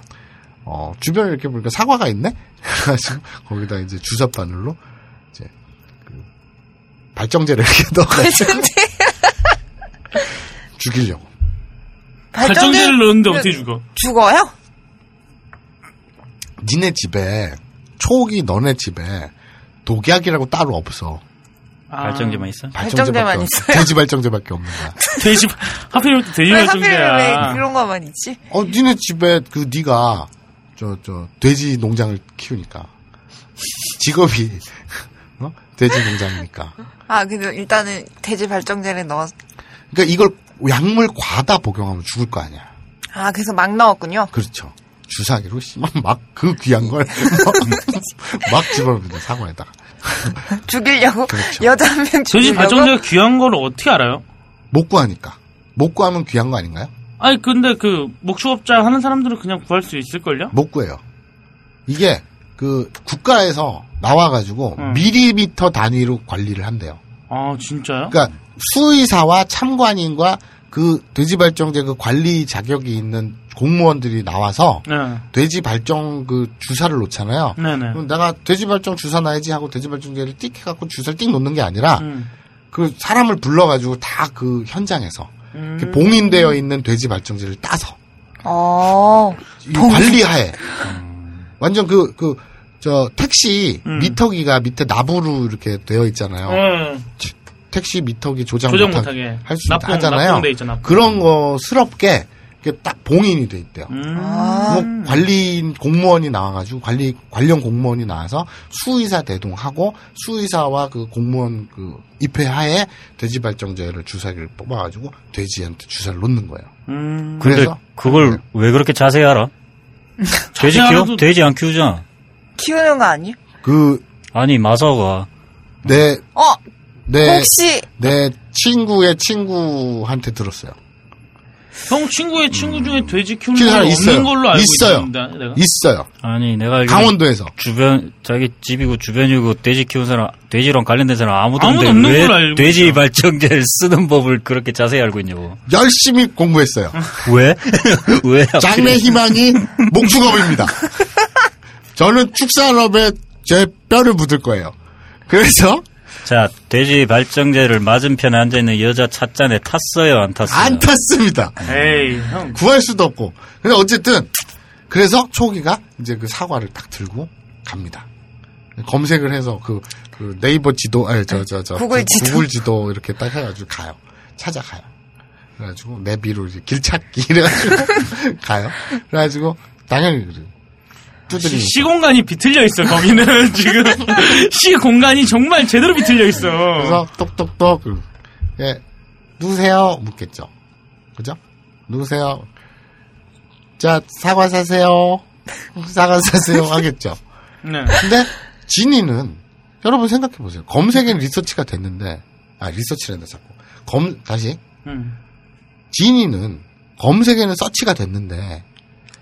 Speaker 3: 어, 주변에 이렇게 보니까 사과가 있네? 그래가지고, 거기다 이제 주사바늘로, 이제, 그 발정제를 이렇게 넣어가지고. 죽이려고.
Speaker 2: 아,
Speaker 1: 발전기를 넣는데
Speaker 2: 네.
Speaker 1: 어떻게 죽어?
Speaker 2: 죽어요?
Speaker 3: 니네 집에, 초기 너네 집에, 독약이라고 따로 없어.
Speaker 1: 아,
Speaker 4: 발전기만 있어.
Speaker 3: 음.
Speaker 2: 발정제만
Speaker 3: 없-
Speaker 2: 있어요.
Speaker 3: 돼지 발정제밖에 없는 거야.
Speaker 1: 돼지 발- 하필 돼지
Speaker 2: 왜 하필 왜
Speaker 1: 발전기야.
Speaker 2: 그런 것만 있지?
Speaker 3: 어, 니네 집에 그 니가 저 저 돼지 농장을 키우니까 직업이 어? 돼지 농장이니까.
Speaker 2: 아, 근데 일단은 돼지 발정제를 넣었,
Speaker 3: 그러니까 이걸 약물 과다 복용하면 죽을 거 아니야.
Speaker 2: 아, 그래서 막 넣었군요.
Speaker 3: 그렇죠. 주사기로 막그 귀한 걸 막 집어넣는다 사과에다가
Speaker 2: 죽이려고.
Speaker 3: 그렇죠.
Speaker 2: 여자 한 명
Speaker 1: 돼지
Speaker 2: 죽이려고.
Speaker 1: 발전기가 귀한 걸 어떻게 알아요?
Speaker 3: 못 구하니까 못 구하면 귀한 거 아닌가요?
Speaker 1: 아니 근데 그 목축업자 하는 사람들은 그냥 구할 수 있을걸요?
Speaker 3: 못 구해요. 이게 그 국가에서 나와가지고
Speaker 1: 음.
Speaker 3: 미리미터 단위로 관리를 한대요.
Speaker 1: 아 진짜요?
Speaker 3: 그러니까 수의사와 참관인과 그 돼지 발정제 그 관리 자격이 있는 공무원들이 나와서
Speaker 1: 네.
Speaker 3: 돼지 발정 그 주사를 놓잖아요.
Speaker 1: 네네.
Speaker 3: 그러니까 그럼 내가 돼지 발정 주사 놔야지 하고 돼지 발정제를 띡 해갖고 주사를 띡 놓는 게 아니라
Speaker 1: 음.
Speaker 3: 그 사람을 불러가지고 다 그 현장에서
Speaker 1: 음.
Speaker 3: 이렇게 봉인되어 있는 돼지 발정제를 따서
Speaker 2: 어,
Speaker 3: 이 관리하에 완전 그 그 저 택시
Speaker 1: 음.
Speaker 3: 미터기가 밑에 나부로 이렇게 되어 있잖아요.
Speaker 1: 음.
Speaker 3: 택시 미터기 조장,
Speaker 1: 조정
Speaker 3: 못하-
Speaker 1: 못하게.
Speaker 3: 할수
Speaker 1: 납품,
Speaker 3: 있잖아요.
Speaker 1: 납품돼 있죠, 납품.
Speaker 3: 그런 거스럽게 이렇게 딱 봉인이 돼 있대요.
Speaker 1: 음.
Speaker 3: 뭐 관리인 공무원이 나와가지고 관리 관련 공무원이 나와서 수의사 대동하고 수의사와 그 공무원 그 입회하에 돼지 발정제를 주사기를 뽑아가지고 돼지한테 주사를 놓는 거예요.
Speaker 1: 음.
Speaker 4: 근데
Speaker 3: 그래서 네.
Speaker 4: 그걸 왜 그렇게 자세히 알아? 돼지
Speaker 1: 알아도-
Speaker 4: 키우? 돼지 안 키우잖아.
Speaker 2: 키우는 거 아니에요?
Speaker 4: 아니, 마사오가.
Speaker 3: 그 내 내
Speaker 2: 어, 혹시,
Speaker 3: 친구의 친구한테 들었어요.
Speaker 1: 형 친구의 친구 중에 돼지 키우는
Speaker 3: 키우는
Speaker 1: 사람
Speaker 3: 사람 있어요.
Speaker 1: 음, 없는 걸로 알고
Speaker 3: 있어요.
Speaker 1: 있습니다. 내가.
Speaker 3: 있어요.
Speaker 4: 아니, 내가 알기로
Speaker 3: 강원도에서
Speaker 4: 주변, 자기 집이고 주변이고 돼지 키운 사람, 돼지랑 관련된 사람 아무도
Speaker 1: 아무도
Speaker 4: 없는데
Speaker 1: 없는
Speaker 4: 왜
Speaker 1: 걸 알고
Speaker 4: 돼지
Speaker 1: 있어.
Speaker 4: 발정제를 쓰는 법을 그렇게 자세히 알고 있냐고.
Speaker 3: 열심히 공부했어요.
Speaker 4: 왜? 왜? 하필-
Speaker 3: 장래 희망이 목축업입니다. 저는 축산업에 제 뼈를 묻을 거예요. 그래서
Speaker 4: 자, 돼지 발정제를 맞은편에 앉아있는 여자 찻잔에 탔어요, 안 탔어요?
Speaker 3: 안 탔습니다.
Speaker 1: 에이 형.
Speaker 3: 구할 수도 없고. 근데 어쨌든 그래서 초기가 이제 그 사과를 딱 들고 갑니다. 검색을 해서 그, 그 네이버 지도, 아니 저저저
Speaker 2: 구글 지도.
Speaker 3: 구글 지도 이렇게 딱 해가지고 가요. 찾아가요. 그래가지고 내비로 이제 길 찾기 이래가지고 가요. 그래가지고 당연히 그래요. 두드리는 거.
Speaker 1: 시 공간이 비틀려 있어 거기는 지금 시 공간이 정말 제대로 비틀려 있어.
Speaker 3: 그래서 똑똑똑 음. 예 누구세요 묻겠죠 그죠 누구세요 자 사과 사세요 사가세요 하겠죠.
Speaker 1: 네.
Speaker 3: 근데 진이는 여러분 생각해 보세요. 검색엔 리서치가 됐는데 아 리서치란다 자꾸 검 다시
Speaker 1: 음.
Speaker 3: 진이는 검색에는 서치가 됐는데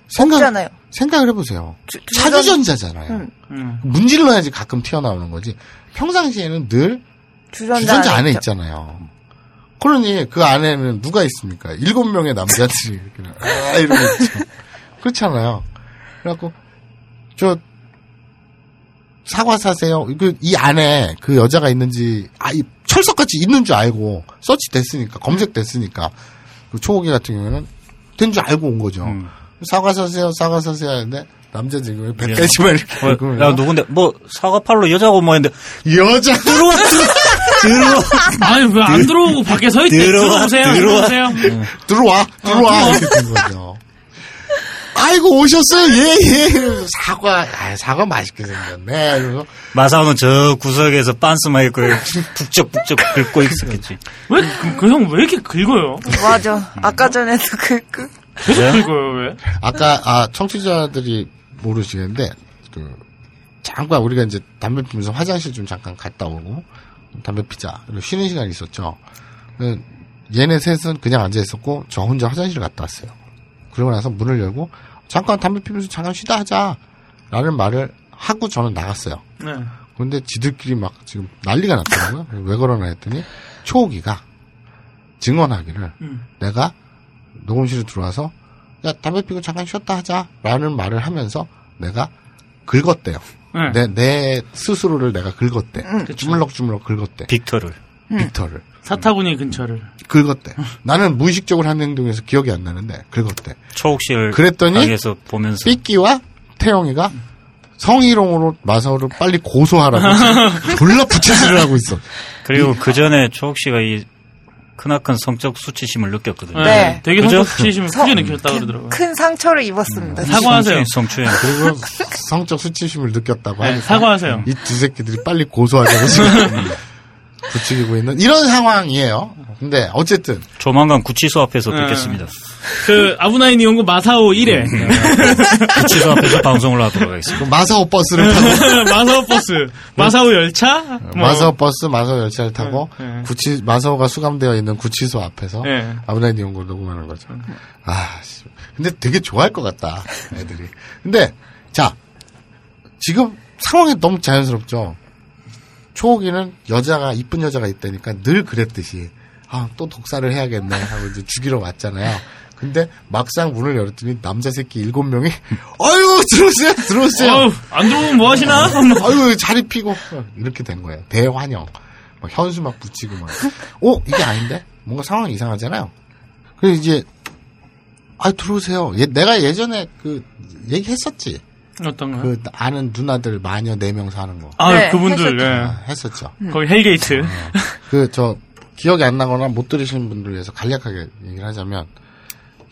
Speaker 3: 생각
Speaker 2: 없잖아요.
Speaker 3: 생각을 해보세요.
Speaker 2: 주-
Speaker 3: 차기
Speaker 2: 주전-
Speaker 3: 전자잖아요.
Speaker 2: 음.
Speaker 1: 음.
Speaker 3: 문질러야지 가끔 튀어나오는 거지. 평상시에는 늘
Speaker 2: 주전자,
Speaker 3: 주전자 안에
Speaker 2: 있죠.
Speaker 3: 있잖아요. 그러니 그 안에는 누가 있습니까? 일곱 명의 남자들이 이렇게 아 이러고 있죠. 그렇잖아요. 그래갖고 저 사과 사세요. 그 이 안에 그 여자가 있는지 아, 이 철석같이 있는 줄 알고 서치 됐으니까 검색됐으니까 그 초호기 같은 경우에는 된 줄 알고 온 거죠. 사과 사세요, 사과 사세요 하는데 남자들이 백 가지만 이렇게
Speaker 4: 어,
Speaker 3: 읽으면서
Speaker 4: 야, 누군데? 뭐, 사과팔로 여자고 뭐 했는데,
Speaker 3: 여자
Speaker 4: 들어와, 들어와,
Speaker 1: 아니 왜 안 들어오고 밖에 서 있대?
Speaker 4: 들어와,
Speaker 1: 들어오세요.
Speaker 4: 들어와.
Speaker 1: 들어오세요.
Speaker 3: 들어와, 들어와. 아, 이렇게 된 거죠. 아이고, 오셨어요? 예, 예. 이러면서 사과, 아, 사과 맛있게 생겼네. 이러면서.
Speaker 4: 마사오는 저 구석에서 빤스만 입고 북적북적 긁고 있었겠지.
Speaker 1: 왜 그 형 왜 이렇게 긁어요?
Speaker 2: 맞아.
Speaker 3: 음.
Speaker 2: 아까 전에도 그, 그,
Speaker 1: 계속 긁어요 왜?
Speaker 3: 아까, 아, 청취자들이 모르시겠는데, 그, 잠깐 우리가 이제 담배 피면서 화장실 좀 잠깐 갔다 오고, 담배 피자. 이러고 쉬는 시간이 있었죠. 그, 얘네 셋은 그냥 앉아있었고, 저 혼자 화장실 갔다 왔어요. 그러고 나서 문을 열고, 잠깐 담배 피면서 잠깐 쉬다 하자. 라는 말을 하고 저는 나갔어요.
Speaker 1: 네.
Speaker 3: 근데 지들끼리 막 지금 난리가 났더라고요. 그래서 왜 그러나 했더니 초호기가 증언하기를
Speaker 1: 음.
Speaker 3: 내가 녹음실에 들어와서 야 담배 피고 잠깐 쉬었다 하자라는 말을 하면서 내가 긁었대요.
Speaker 1: 네.
Speaker 3: 내, 내 스스로를 내가 긁었대. 주물럭주물럭 긁었대.
Speaker 4: 빅터를.
Speaker 3: 빅터를
Speaker 1: 사타구니 근처를.
Speaker 3: 긁었대. 나는 무의식적으로 한 행동에서 기억이 안 나는데 긁었대.
Speaker 4: 초옥실.
Speaker 3: 그랬더니
Speaker 4: 가게에서 보면서.
Speaker 3: 삐끼와 태영이가 성희롱으로 마사오를 빨리 고소하라고 졸라 부채질을 하고 있어.
Speaker 4: 그리고 그 전에 초옥씨가 이 크나큰 성적 수치심을 느꼈거든요.
Speaker 2: 네.
Speaker 1: 되게
Speaker 4: 그죠?
Speaker 1: 성적치심을
Speaker 2: 성-
Speaker 1: 크게 느꼈다 고 그러더라고요. 음.
Speaker 2: 큰, 큰 상처를 입었습니다.
Speaker 1: 사과하세요.
Speaker 4: 성추행. 성추행.
Speaker 3: 그리고 성적 수치심을 느꼈다고
Speaker 1: 네,
Speaker 3: 하니까
Speaker 1: 사과하세요.
Speaker 3: 이 두 새끼들이 빨리 고소하자고 지금 부추기고 있는 이런 상황이에요. 근데 어쨌든
Speaker 4: 조만간 구치소 앞에서
Speaker 1: 네.
Speaker 4: 뵙겠습니다.
Speaker 1: 그 아브나인 이용고 마사오 1회 네.
Speaker 4: 구치소 앞에서 방송을 하도록 하겠습니다.
Speaker 3: 그 마사오 버스를 타고
Speaker 1: 마사오 버스, 마사오 열차, 뭐,
Speaker 3: 네, 마사오 버스 마사오 열차를 타고
Speaker 1: 네, 네.
Speaker 3: 구치 마사오가 수감되어 있는 구치소 앞에서
Speaker 1: 네.
Speaker 3: 아브나이 니온고 녹음하는 거죠. 아, 씨. 근데 되게 좋아할 것 같다 애들이. 근데 자 지금 상황이 너무 자연스럽죠. 초호기는 여자가 이쁜 여자가 있다니까 늘 그랬듯이 아 또 독사를 해야겠네 하고 이제 죽이러 왔잖아요. 근데 막상 문을 열었더니 남자 새끼 일곱 명이 아유 들어오세요 들어오세요
Speaker 1: 어우, 안 들어오면 뭐 하시나?
Speaker 3: 아유 자리 피고 이렇게 된 거예요. 대환영. 막 현수 막 붙이고 막. 어 이게 아닌데 뭔가 상황이 이상하잖아요. 그래서 이제 아 들어오세요. 얘- 내가 예전에 그 얘기했었지.
Speaker 1: 어떤가요?
Speaker 3: 그 아는 누나들 마녀 네 명 사는 거
Speaker 1: 아
Speaker 2: 네,
Speaker 1: 그분들
Speaker 3: 아,
Speaker 1: 예.
Speaker 3: 했었죠.
Speaker 1: 거기 헬게이트.
Speaker 3: 그 저 기억이 안 나거나 못 들으시는 분들을 위해서 간략하게 얘기를 하자면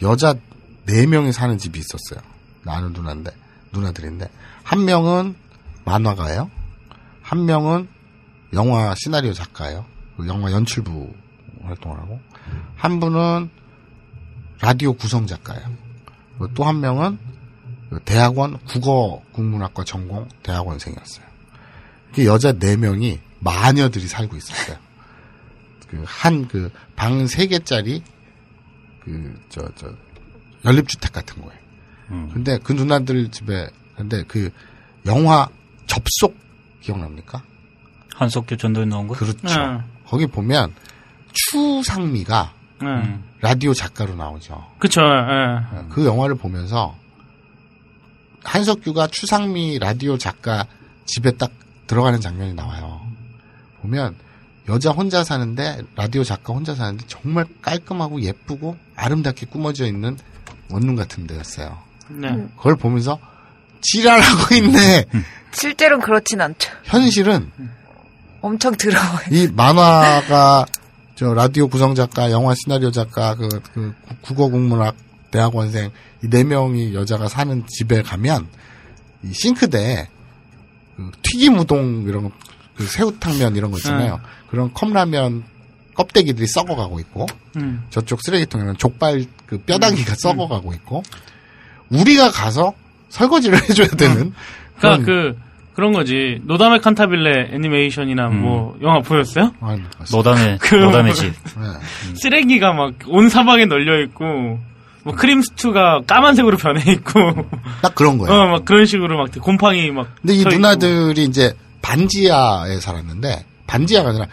Speaker 3: 여자 네 명이 사는 집이 있었어요. 나는 누나인데 누나들인데 한 명은 만화가예요. 한 명은 영화 시나리오 작가예요. 그 영화 연출부 활동을 하고 한 분은 라디오 구성 작가예요. 또 한 명은 그 대학원 국어 국문학과 전공 대학원생이었어요. 그 여자 네 명이 마녀들이 살고 있었어요. 그 한 그 방 세 개짜리 그 저 저 연립주택 같은 거예요. 근데 그 누나들 집에 근데 그 영화 접속 기억납니까?
Speaker 4: 한석규 전도연 나온 거?
Speaker 3: 그렇죠.
Speaker 1: 예.
Speaker 3: 거기 보면 추상미가
Speaker 1: 예.
Speaker 3: 라디오 작가로 나오죠.
Speaker 1: 그쵸. 예.
Speaker 3: 그 영화를 보면서 한석규가 추상미 라디오 작가 집에 딱 들어가는 장면이 나와요. 보면 여자 혼자 사는데 라디오 작가 혼자 사는데 정말 깔끔하고 예쁘고 아름답게 꾸며져 있는 원룸 같은 데였어요.
Speaker 1: 네.
Speaker 3: 그걸 보면서 지랄하고 있네.
Speaker 2: 실제로는 그렇진 않죠.
Speaker 3: 현실은
Speaker 2: 엄청 더러워요.
Speaker 3: 이 만화가 저 라디오 구성 작가, 영화 시나리오 작가, 그, 그 구- 국어 국문학 대학원생 이 네 명이 여자가 사는 집에 가면 이 싱크대에 그 튀김 우동 이런 거, 그 새우탕면 이런 거 있잖아요.
Speaker 1: 네.
Speaker 3: 그런 컵라면 껍데기들이 썩어가고 있고
Speaker 1: 음.
Speaker 3: 저쪽 쓰레기통에는 족발 그 뼈다귀가 썩어가고 있고 우리가 가서 설거지를 해줘야 되는.
Speaker 1: 그러니까 그 그런 거지. 노담의 칸타빌레 애니메이션이나 뭐 영화 보였어요?
Speaker 3: 아니,
Speaker 4: 노담의
Speaker 1: 그-
Speaker 4: 노담의 집.
Speaker 3: 네.
Speaker 1: 쓰레기가 막 온 사방에 널려 있고 뭐 크림스투가 까만색으로 변해 있고
Speaker 3: 딱 그런 거예요.
Speaker 1: 어 막 그런 식으로 막 곰팡이 막
Speaker 3: 근데 이
Speaker 1: 서 있고.
Speaker 3: 누나들이 이제 반지하에 살았는데 반지하가 아니라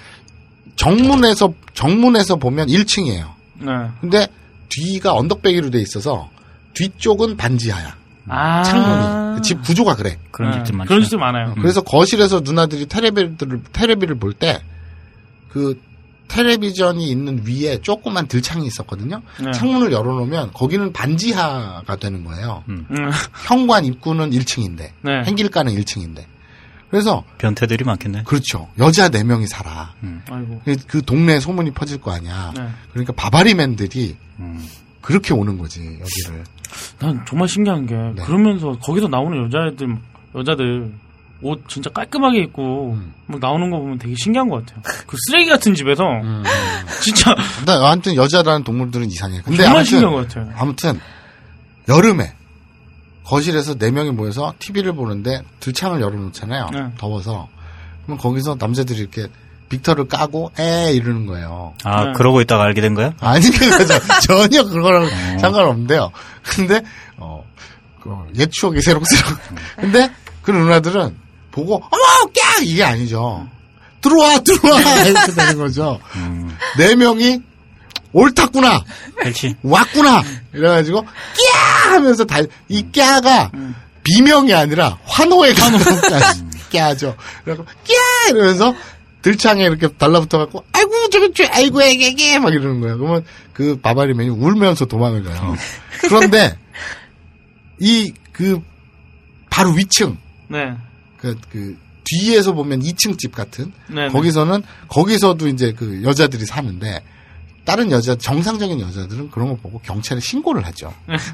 Speaker 3: 정문에서 정문에서 보면 1층이에요.
Speaker 1: 네.
Speaker 3: 근데 뒤가 언덕배기로 돼 있어서 뒤쪽은 반지하야.
Speaker 1: 아
Speaker 3: 창문이. 집 구조가 그래.
Speaker 4: 그런
Speaker 1: 네,
Speaker 4: 집들 많죠.
Speaker 1: 그런 집도 많아요.
Speaker 3: 그래서 거실에서 누나들이 테레비를 테레비를 볼 때 그 텔레비전이 있는 위에 조그만 들창이 있었거든요.
Speaker 1: 네.
Speaker 3: 창문을 열어놓으면 거기는 반지하가 되는 거예요.
Speaker 1: 음,
Speaker 3: 현관 입구는 1층인데
Speaker 1: 네.
Speaker 3: 행길가는 1층인데 그래서
Speaker 4: 변태들이 많겠네.
Speaker 3: 그렇죠. 여자 네명이 살아.
Speaker 1: 아이고.
Speaker 3: 그- 그 동네에 소문이 퍼질 거 아니야.
Speaker 1: 음. 네. 음.
Speaker 3: 그러니까 바바리맨들이 그렇게 오는 거지, 여기를.
Speaker 1: 난 정말 신기한 게
Speaker 3: 네.
Speaker 1: 그러면서 거기서 나오는 여자애들 여자들 옷 진짜 깔끔하게 입고
Speaker 3: 음.
Speaker 1: 막 나오는 거 보면 되게 신기한 것 같아요. 그 쓰레기 같은 집에서
Speaker 3: 음.
Speaker 1: 진짜
Speaker 3: 근데 아무튼 여자라는 동물들은 이상해. 근데
Speaker 1: 정말
Speaker 3: 아무튼,
Speaker 1: 신기한 것 같아요.
Speaker 3: 아무튼 여름에 거실에서 네명이 모여서 TV를 보는데 들창을 열어놓잖아요.
Speaker 1: 네.
Speaker 3: 더워서. 그럼 거기서 남자들이 이렇게 빅터를 까고 에 이러는 거예요.
Speaker 4: 아
Speaker 1: 네.
Speaker 4: 그러고 있다가 알게 된 거야?
Speaker 3: 아니, 그래서 전혀 그거랑 상관없는데요. 근데, 어, 그, 옛 추억이 새록새록. 근데, 그 누나들은 보고, 어머, 깍! 이게 아니죠. 들어와, 들어와! 이렇게 되는 거죠. 네 명이 옳았구나!
Speaker 4: 그렇지.
Speaker 3: 왔구나! 이래가지고, 끼야! 하면서 다, 이 끼야가 비명이 아니라 환호에 가는 것까지 끼야죠. 그래서 끼야! 이러면서 들창에 이렇게 달라붙어갖고, 아이고, 저거, 저, 아이고, 에게게! 막 이러는 거예요. 그러면 그 바바리맨이 울면서 도망을 가요. 그런데, 이, 그, 바로 위층,
Speaker 1: 네.
Speaker 3: 그, 그, 뒤에서 보면 2층 집 같은,
Speaker 1: 네, 네.
Speaker 3: 거기서는, 거기서도 이제 그 여자들이 사는데, 다른 여자, 정상적인 여자들은 그런 거 보고 경찰에 신고를 하죠.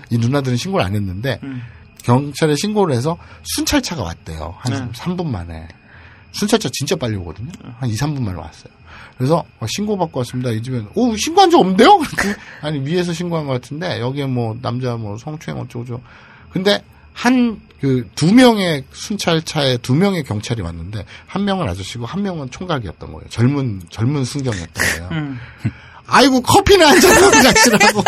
Speaker 3: 이 누나들은 신고를 안 했는데,
Speaker 1: 음.
Speaker 3: 경찰에 신고를 해서 순찰차가 왔대요.
Speaker 1: 네.
Speaker 3: 한 3분 만에. 순찰차 진짜 빨리 오거든요. 한 2, 3분 만에 왔어요. 그래서 어, 신고받고 왔습니다. 이 집엔 오 신고한 적 없는데요? 그랬더니 아니 위에서 신고한 것 같은데 여기에 뭐 남자 뭐 성추행 어쩌고 저쩌고 근데 한 그 두 명의 순찰차에 두 명의 경찰이 왔는데 한 명은 아저씨고 한 명은 총각이었던 거예요. 젊은 젊은 순경이었던 거예요.
Speaker 1: 음.
Speaker 3: 아이고 커피나 한잔하고 가시라고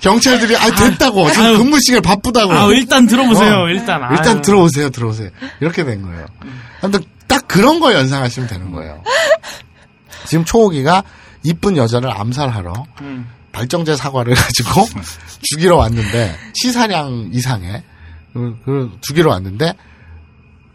Speaker 3: 경찰들이 아 됐다고 지금
Speaker 1: 아유.
Speaker 3: 근무 시간 바쁘다고
Speaker 1: 아 일단 들어보세요.
Speaker 3: 어,
Speaker 1: 일단 아유.
Speaker 3: 일단 들어오세요, 들어오세요. 이렇게 된 거예요. 아무튼 딱 그런 거 연상하시면 되는 거예요. 지금 초호기가 이쁜 여자를 암살하러
Speaker 1: 음.
Speaker 3: 발정제 사과를 가지고 죽이러 왔는데 시사량 이상의 그, 그 죽이러 왔는데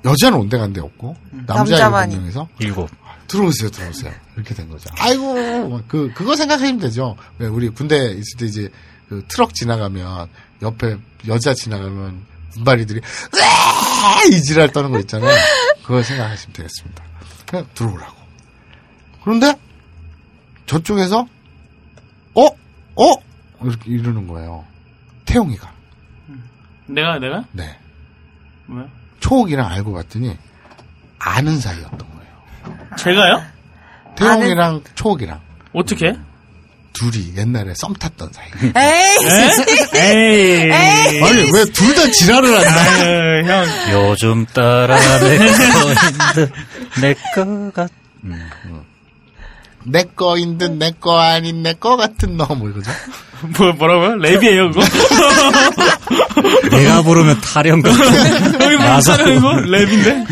Speaker 3: 여자는 온데간데 없고 남자 일곱
Speaker 2: 남자만이.
Speaker 3: 명에서
Speaker 4: 일곱.
Speaker 3: 들어오세요, 들어오세요. 이렇게 된 거죠. 아이고, 막 그, 그거 생각하시면 되죠. 왜 우리 군대 있을 때 이제 그 트럭 지나가면 옆에 여자 지나가면 군바리들이 으아! 이 지랄 떠는 거 있잖아요. 그거 생각하시면 되겠습니다. 그냥 들어오라고. 그런데 저쪽에서 어? 어? 이렇게 이러는 거예요. 태용이가.
Speaker 1: 내가 내가
Speaker 3: 네.
Speaker 1: 왜?
Speaker 3: 초옥이랑 알고 봤더니 아는 사이였던 거예요.
Speaker 1: 제가요?
Speaker 3: 태용이랑 초옥이랑.
Speaker 1: 어떻게?
Speaker 3: 둘이 옛날에 썸 탔던 사이.
Speaker 2: 에이!
Speaker 1: 에이. 에이.
Speaker 3: 아니 왜 둘 다 지랄을 한다.
Speaker 1: 아유, 형.
Speaker 4: 요즘 따라 내 거인데 내 거가
Speaker 3: 내 거인 듯 내 거 아닌 내 거 같은 너뭐 이거죠?
Speaker 1: 뭐 뭐라고요? 랩이에요, 그거?
Speaker 4: 내가 부르면 타령 같아.
Speaker 1: 여기 무슨
Speaker 4: 나서.
Speaker 1: 사람이고?
Speaker 3: 아,
Speaker 1: 랩인데?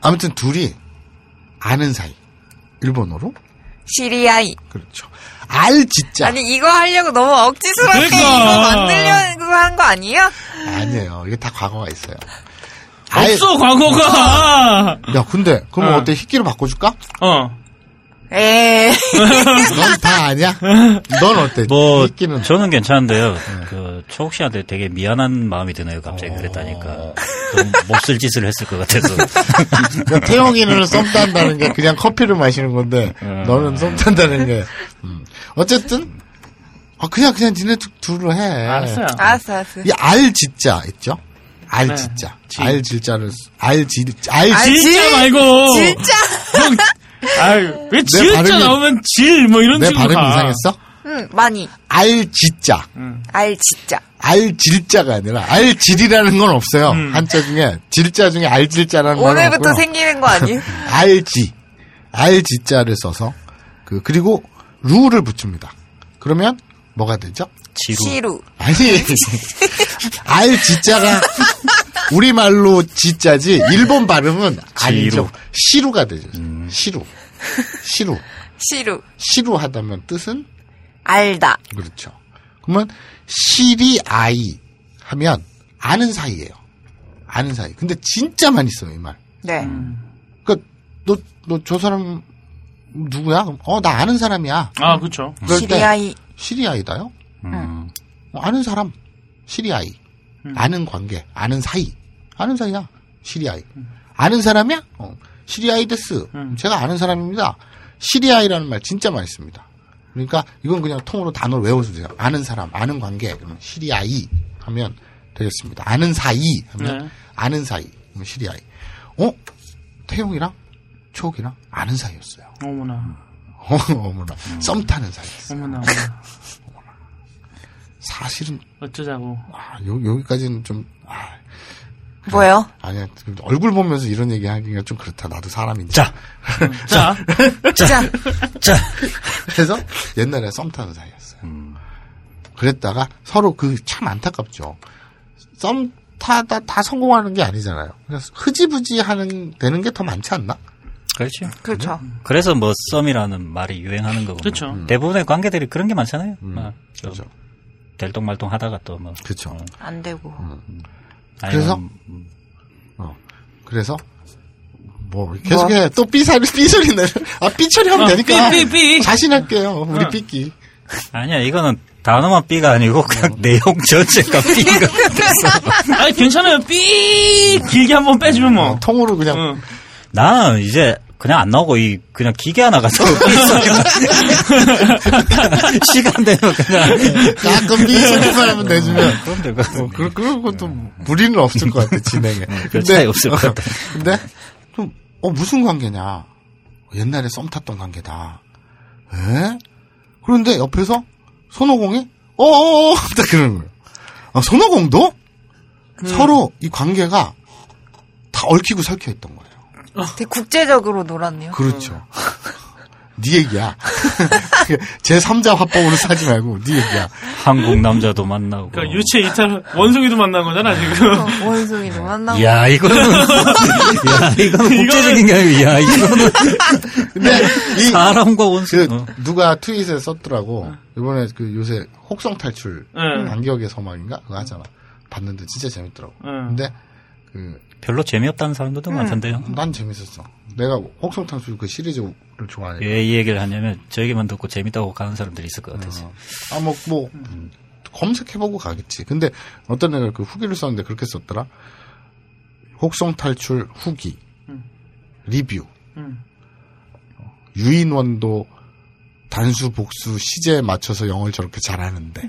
Speaker 3: 아무튼 둘이 아는 사이. 일본어로?
Speaker 2: 시리아이.
Speaker 3: 그렇죠. 알 진짜
Speaker 2: 아니, 이거 하려고 너무 억지스럽게
Speaker 1: 그러니까.
Speaker 2: 이거 만들려고 한 거 아니에요?
Speaker 3: 니에요 이게 다 과거가 있어요. 아예- 아.
Speaker 1: 없어, 광고가.
Speaker 3: 야 근데 그럼
Speaker 1: 어.
Speaker 3: 어. 때 희끼로 바꿔줄까?
Speaker 1: 어.
Speaker 2: 에이.
Speaker 3: 넌 다 아냐? 넌 어때?
Speaker 4: 뭐
Speaker 3: 희끼는
Speaker 4: 저는 괜찮은데요. 그 초옥 씨한테 되게 미안한 마음이 드네요. 갑자기 그랬다니까. 좀 몹쓸 짓을 했을 것 같아서.
Speaker 3: 그러니까 태용이는 썸 탄다는 게 그냥 커피를 마시는 건데 너는 썸 탄다는 게 음. 어쨌든 아, 그냥 그냥 니네 두- 둘로 해.
Speaker 1: 아, 알았어요.
Speaker 3: 아,
Speaker 2: 알았어, 알았어.
Speaker 3: 이 알 진짜 있죠? 알
Speaker 1: 네.
Speaker 3: 진짜.
Speaker 1: 지.
Speaker 3: 알 진짜를 쓰- 알 진, 알
Speaker 2: 알
Speaker 3: 진.
Speaker 2: 진-
Speaker 1: 진짜 말고.
Speaker 2: 진짜.
Speaker 1: 형. 아유, 왜
Speaker 3: 내
Speaker 1: 진짜
Speaker 3: 발음이-
Speaker 1: 나오면 질, 뭐 이런
Speaker 3: 내
Speaker 1: 식으로
Speaker 3: 발음
Speaker 1: 가.
Speaker 3: 이상했어?
Speaker 2: 응, 음, 많이.
Speaker 3: 알지자.
Speaker 2: 알, 진짜.
Speaker 3: 알질자가 아니라 알질이라는 건 없어요.
Speaker 1: 음.
Speaker 3: 한자 중에 질자 중에 알질자라는 말은
Speaker 2: 오늘부터
Speaker 3: 없고요.
Speaker 2: 생기는 거 아니에요?
Speaker 3: 알지 알지자를 써서 그 그리고 루를 붙입니다. 그러면 뭐가 되죠?
Speaker 4: 지루.
Speaker 2: 시루.
Speaker 3: 아니 알지자가 우리 말로 지자지 일본 발음은 아니죠. 시루가 되죠.
Speaker 4: 음.
Speaker 3: 시루 시루
Speaker 2: 시루.
Speaker 3: 시루하다면 뜻은
Speaker 2: 알다.
Speaker 3: 그렇죠. 그러면 실이 아이 하면 아는 사이예요. 아는 사이. 근데 진짜 많이 써요 이 말.
Speaker 2: 네.
Speaker 3: 그러니까 너 너 저 사람 누구야? 어 나 아는 사람이야.
Speaker 1: 아, 그렇죠.
Speaker 3: 그럴 때
Speaker 2: 시리아이.
Speaker 3: 실이 아이다요. 뭐 아는 사람 실이 아이. 아는 관계 아는 사이 아는 사이야 실이 아이. 아는 사람이야? 어, 실이 아이 데스. 제가 아는 사람입니다. 실이 아이라는 말 진짜 많이 씁니다. 그러니까 이건 그냥 통으로 단어를 외워주세요. 아는 사람, 아는 관계, 그러면 시리아이 하면 되겠습니다. 아는 사이 하면
Speaker 1: 네.
Speaker 3: 아는 사이, 그러면 시리아이. 어? 태용이랑 초옥이랑 아는 사이였어요.
Speaker 1: 어머나.
Speaker 3: 어, 어머나, 썸 타는 사이였어요.
Speaker 1: 어머나. 어머나.
Speaker 3: 사실은
Speaker 1: 어쩌자고.
Speaker 3: 아, 요, 여기까지는 좀 아,
Speaker 2: 뭐요?
Speaker 3: 아니야 얼굴 보면서 이런 얘기 하기가 좀 그렇다. 나도 사람인데.
Speaker 4: 자,
Speaker 1: 자,
Speaker 2: 자,
Speaker 4: 자.
Speaker 3: 그래서 옛날에 썸 타는 사이였어요.
Speaker 1: 음.
Speaker 3: 그랬다가 서로 그 참 안타깝죠. 썸 타다 다 성공하는 게 아니잖아요. 그래서 흐지부지 하는 되는 게 더 많지 않나?
Speaker 4: 그렇죠.
Speaker 2: 그렇죠.
Speaker 4: 그래서 뭐 썸이라는 말이 유행하는 거고. 뭐.
Speaker 1: 그렇죠. 음.
Speaker 4: 대부분의 관계들이 그런 게 많잖아요. 막 좀
Speaker 3: 그렇죠.
Speaker 4: 될동말동 하다가 또 뭐.
Speaker 3: 그렇죠.
Speaker 2: 안 되고.
Speaker 3: 음.
Speaker 4: 아니면
Speaker 3: 그래서? 어. 그래서 뭐 계속해 또 삐사리 삐소리 내는 아 삐처리하면
Speaker 1: 어,
Speaker 3: 되니까
Speaker 1: 삐, 삐, 삐.
Speaker 3: 자신할게요 우리
Speaker 1: 어.
Speaker 3: 삐끼
Speaker 4: 아니야, 이거는 단어만 B가 아니고 그냥
Speaker 3: 음.
Speaker 4: 내용 전체가 B가.
Speaker 1: 아니 괜찮아요. 삐 길게 한번 빼주면 뭐.
Speaker 3: 어, 통으로 그냥
Speaker 1: 응.
Speaker 4: 나 이제 그냥 안 나오고 이 그냥 기계 하나 가서 시간 되면 그냥
Speaker 3: 가끔 삐소리만 하면 내주면
Speaker 4: 그럼 될것 같아.
Speaker 3: 어, 그, 그런 것도 무리는 없을 것 같아, 진행에.
Speaker 4: 음, 별 차이 없을 것 같아.
Speaker 3: 근데, 좀, 어, 무슨 관계냐. 옛날에 썸 탔던 관계다. 에? 그런데 옆에서 손오공이, 어어어! 딱 그러는 거예요. 아, 손오공도? 서로 이 관계가 다 얽히고 설켜 있던 거예요.
Speaker 2: 되게 국제적으로 놀았네요.
Speaker 3: 그렇죠. 네 얘기야. 제 3자 화법으로 사지 말고 네 얘기야.
Speaker 4: 한국 남자도 만나고.
Speaker 1: 그러니까 유체 이탈 원숭이도 만난 거잖아 지금.
Speaker 2: 어, 원숭이도 만나고.
Speaker 4: 야 이거는 야 이거는 국제적인 게 아니고 야 이거는
Speaker 3: 근데 이
Speaker 4: 사람과 원수.
Speaker 3: 그
Speaker 4: 어.
Speaker 3: 누가 트윗에 썼더라고 이번에 그 요새 혹성 탈출
Speaker 1: 네.
Speaker 3: 반격의 서막인가 그거 하잖아 봤는데 진짜 재밌더라고 근데 그 난
Speaker 4: 별로 재미없다는 사람들도 많던데요.
Speaker 3: 네. 재밌었어 내가 혹성 탈출 그 시리즈를 좋아해
Speaker 4: 왜 이 얘기를 하냐면 저에게만 듣고 재밌다고 가는 사람들이 있을 것 같아서.
Speaker 3: 아 뭐 뭐 검색해보고 가겠지 근데 어떤 애가 그 후기를 썼는데 그렇게 썼더라 혹성 탈출 후기
Speaker 1: 음.
Speaker 3: 리뷰 유인원도 단수 복수 시제에 맞춰서 영어를 저렇게 잘하는데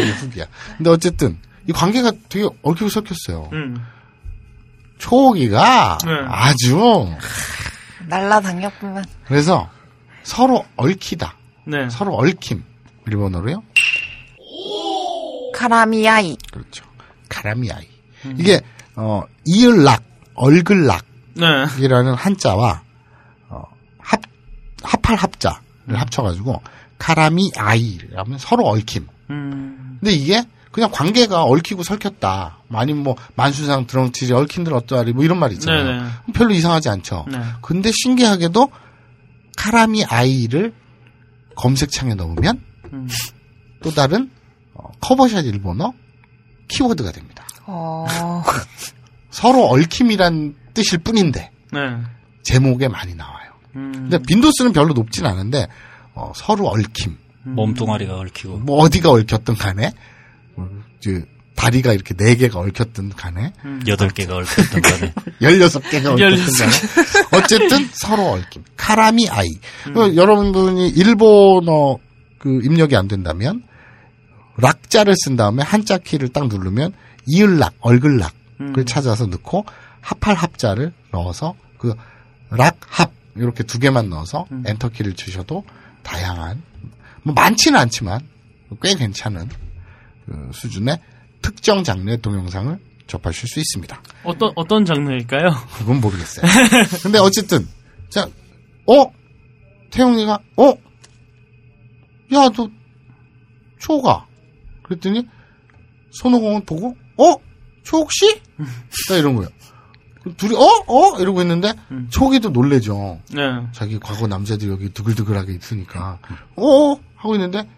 Speaker 3: 이게 후기야. 근데 어쨌든 이 관계가 되게 얽히고 섞였어요.
Speaker 1: 음.
Speaker 3: 초기가
Speaker 1: 네.
Speaker 3: 아주
Speaker 2: 날라다녔구만.
Speaker 3: 그래서 서로 얽히다,
Speaker 1: 네.
Speaker 3: 서로 얽힘 일본어로요.
Speaker 2: 카라미아이.
Speaker 3: 그렇죠. 가라미아이. 이게 어 이을락, 얼글락
Speaker 1: 네.
Speaker 3: 이라는 한자와 어, 합 합할 합자를 합쳐가지고 카라미 아이라면 서로 얽힘.
Speaker 1: 음.
Speaker 3: 근데 이게 그냥 관계가 얽히고 설켰다. 뭐 아니면 뭐 만수상 드렁치지 얽힌들 어떠하리 뭐 이런 말 있잖아요.
Speaker 1: 네네.
Speaker 3: 별로 이상하지 않죠.
Speaker 1: 네.
Speaker 3: 근데 신기하게도 카라미 아이를 검색창에 넣으면
Speaker 1: 음.
Speaker 3: 또 다른 어, 커버샷 일본어 키워드가 됩니다.
Speaker 2: 어,
Speaker 3: 서로 얽힘이란 뜻일 뿐인데
Speaker 1: 네.
Speaker 3: 제목에 많이 나와요.
Speaker 1: 음.
Speaker 3: 근데 빈도수는 별로 높진 않은데 어, 서로 얽힘,
Speaker 4: 음. 몸뚱아리가 얽히고.
Speaker 3: 뭐 어디가 얽혔든 간에 음, 이제 다리가 이렇게 네 개가 얽혔든 간에
Speaker 4: 여덟 개가 얽혔던 거네.
Speaker 3: 16개가 얽혔든
Speaker 1: 16
Speaker 3: 간에 어쨌든 서로 얽힘. 카라미 아이. 그 여러분이 일본어 그 입력이 안 된다면 락자를 쓴 다음에 한자 키를 딱 누르면 이을락, 얼글락을 찾아서 넣고 합할 합자를 넣어서 그 락합 이렇게 두 개만 넣어서 엔터키를 주셔도 다양한 뭐 많지는 않지만 꽤 괜찮은 그 수준의 특정 장르의 동영상을 접하실 수 있습니다.
Speaker 1: 어떤 어떤 장르일까요?
Speaker 3: 그건 모르겠어요. 근데 어쨌든 자, 어 태용이가 어, 야너 초가 그랬더니 손오공을 보고 어 초옥 씨? 딱 이런 거예요. 그럼 둘이 어 어 이러고 있는데 초기도 놀래죠.
Speaker 1: 네.
Speaker 3: 자기 과거 남자들이 여기 드글드글하게 있으니까 어? 하고 있는데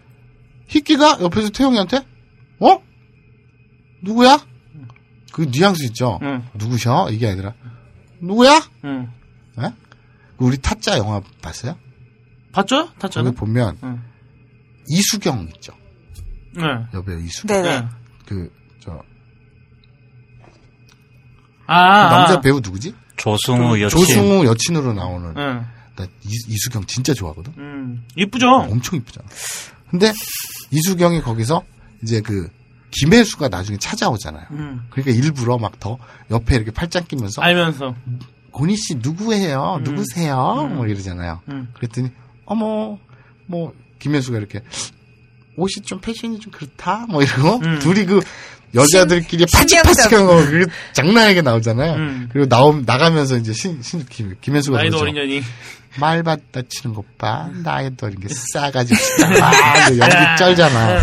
Speaker 3: 희끼가 옆에서 태용이한테 어? 누구야? 그 뉘앙스 있죠?
Speaker 1: 응.
Speaker 3: 누구셔? 이게 아니라 누구야?
Speaker 1: 응.
Speaker 3: 예? 그 우리 타짜 영화 봤어요?
Speaker 1: 봤죠?
Speaker 3: 거기
Speaker 1: 탔잖아요.
Speaker 3: 보면
Speaker 1: 응.
Speaker 3: 이수경 있죠?
Speaker 1: 네.
Speaker 3: 여배우 이수경
Speaker 2: 네네.
Speaker 1: 네.
Speaker 3: 그 저
Speaker 1: 아.
Speaker 3: 남자
Speaker 1: 아.
Speaker 3: 배우 누구지?
Speaker 4: 조승우 여친.
Speaker 3: 조승우 여친으로 나오는
Speaker 1: 응.
Speaker 3: 나 이- 이수경 진짜 좋아하거든.
Speaker 1: 네. 음. 이쁘죠?
Speaker 3: 엄청 이쁘잖아. 근데 이수경이 거기서 이제 그 김혜수가 나중에 찾아오잖아요.
Speaker 1: 음.
Speaker 3: 그러니까 일부러 막 더 옆에 이렇게 팔짱 끼면서
Speaker 1: 알면서.
Speaker 3: 고니 씨 누구예요? 누구세요? 뭐 이러잖아요.
Speaker 1: 음.
Speaker 3: 그랬더니 어머 뭐 김혜수가 이렇게 옷이 좀 패션이 좀 그렇다 뭐 이러고
Speaker 1: 음.
Speaker 3: 둘이 그 여자들끼리
Speaker 2: 신기하다.
Speaker 3: 파치파치한 거 그게 장난하게 나오잖아요.
Speaker 1: 음.
Speaker 3: 그리고 나오 나가면서 이제 신, 신 김, 김혜수가
Speaker 1: 나이도
Speaker 3: 그러죠.
Speaker 1: 어린 년이.
Speaker 3: 말받다 치는 것 봐. 나이도 이렇게 싸가지고 진짜 막 연기
Speaker 1: 음.
Speaker 3: 쩔잖아.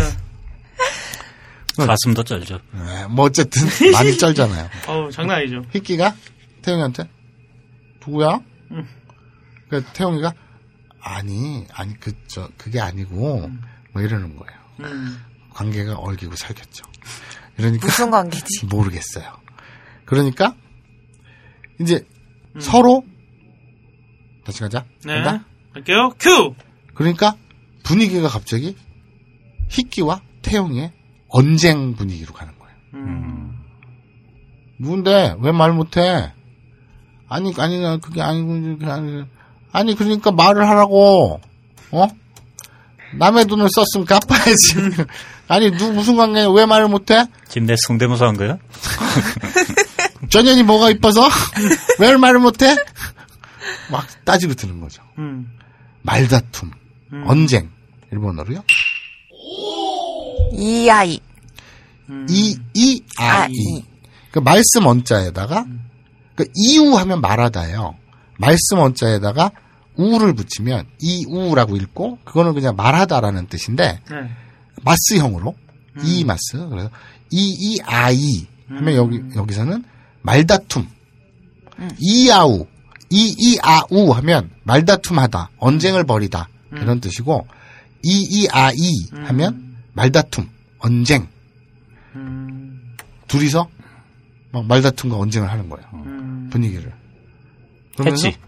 Speaker 4: 가슴도 쩔죠.
Speaker 3: 네, 뭐 어쨌든 많이 쩔잖아요.
Speaker 1: 어우, 장난 아니죠.
Speaker 3: 희끼가 태용이한테 누구야? 그 태용이가 아니 아니 그 저 그게 아니고 뭐 이러는 거예요.
Speaker 1: 음.
Speaker 3: 관계가 얽이고 살겠죠. 이러니까
Speaker 2: 무슨 관계지?
Speaker 3: 모르겠어요. 그러니까 이제 서로 다시 가자.
Speaker 1: 네.
Speaker 3: 간다?
Speaker 1: 갈게요. 큐!
Speaker 3: 그러니까 분위기가 갑자기 희끼와 태용이의 언쟁 분위기로 가는 거예요. 누군데 왜 말 못해? 아니 아니 나 그게 아니고 그게 아니 아니 그러니까 말을 하라고 어? 남의 돈을 썼으면 갚아야지. 아니 누 무슨 관계야 왜 말을 못해?
Speaker 4: 지금 내 성대모사 한 거야?
Speaker 3: 전현이 뭐가 이뻐서 왜 말을 못해? 막 따지고 드는 거죠.
Speaker 1: 음.
Speaker 3: 말다툼, 언쟁 일본어로요.
Speaker 2: 이 아이.
Speaker 3: 이, 이, 아,
Speaker 2: 아,
Speaker 3: 이.
Speaker 2: 이.
Speaker 3: 그 말씀 원자에다가, 그 이우 하면 말하다예요. 말씀 원자에다가 우를 붙이면 이우라고 읽고, 그거는 그냥 말하다라는 뜻인데,
Speaker 1: 네.
Speaker 3: 마스형으로, 이 마스. 그래서 이, 이, 아, 이. 하면 여기, 여기서는 말다툼. 이아우, 이, 이, 아, 우 하면 말다툼하다, 언쟁을 벌이다. 이런 뜻이고, 이, 이, 아, 이 하면 말다툼, 언쟁. 둘이서 막 말다툼과 언쟁을 하는 거예요. 분위기를. 그러면서
Speaker 4: 했지.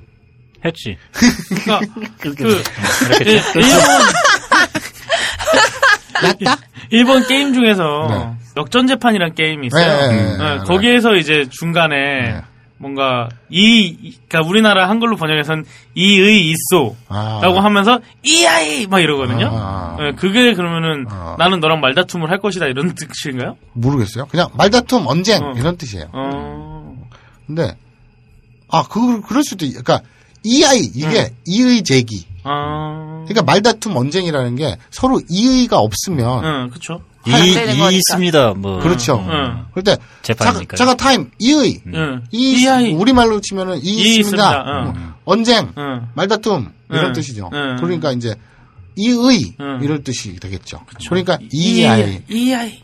Speaker 4: 했지.
Speaker 1: 그니까, 그,
Speaker 4: 이렇게
Speaker 1: 일- 일본,
Speaker 3: 낫다?
Speaker 1: 일본 게임 중에서
Speaker 3: 네.
Speaker 1: 역전재판이란 게임이 있어요.
Speaker 3: 네, 네, 네,
Speaker 1: 네,
Speaker 3: 네, 네.
Speaker 1: 거기에서 이제 중간에
Speaker 3: 네.
Speaker 1: 뭔가 이, 이- 그러니까 우리나라 한글로 번역해선 이의 있소.
Speaker 3: 아.
Speaker 1: 라고 하면서 이아이 막 이러거든요.
Speaker 3: 아.
Speaker 1: 네, 그게 그러면은
Speaker 3: 아.
Speaker 1: 나는 너랑 말다툼을 할 것이다 이런 뜻인가요?
Speaker 3: 모르겠어요. 그냥 말다툼, 언쟁
Speaker 1: 어.
Speaker 3: 이런 뜻이에요.
Speaker 1: 어.
Speaker 3: 근데 아, 그 그럴 수도 있, 그러니까 이 아이 이게
Speaker 1: 음.
Speaker 3: 이의 제기.
Speaker 1: 아.
Speaker 3: 그러니까 말다툼, 언쟁이라는 게 서로 이의가 없으면
Speaker 1: 응, 그쵸.
Speaker 4: 이,
Speaker 2: 되는 거니까.
Speaker 4: 이 있습니다. 뭐.
Speaker 3: 그렇죠.
Speaker 1: 응.
Speaker 3: 그럴 때 잠깐,
Speaker 4: 재판이니까요.
Speaker 3: 잠깐 타임 이의
Speaker 1: 응.
Speaker 3: 이,
Speaker 1: 이아이.
Speaker 3: 우리말로 치면은 이,
Speaker 1: 이
Speaker 3: 있습니다.
Speaker 1: 있습니다. 음.
Speaker 3: 뭐, 언쟁,
Speaker 1: 응.
Speaker 3: 말다툼 이런
Speaker 1: 응.
Speaker 3: 뜻이죠.
Speaker 1: 응.
Speaker 3: 그러니까 이제 이의
Speaker 1: 응.
Speaker 3: 이럴 뜻이 되겠죠. 그러니까 이아이,
Speaker 1: 이아이.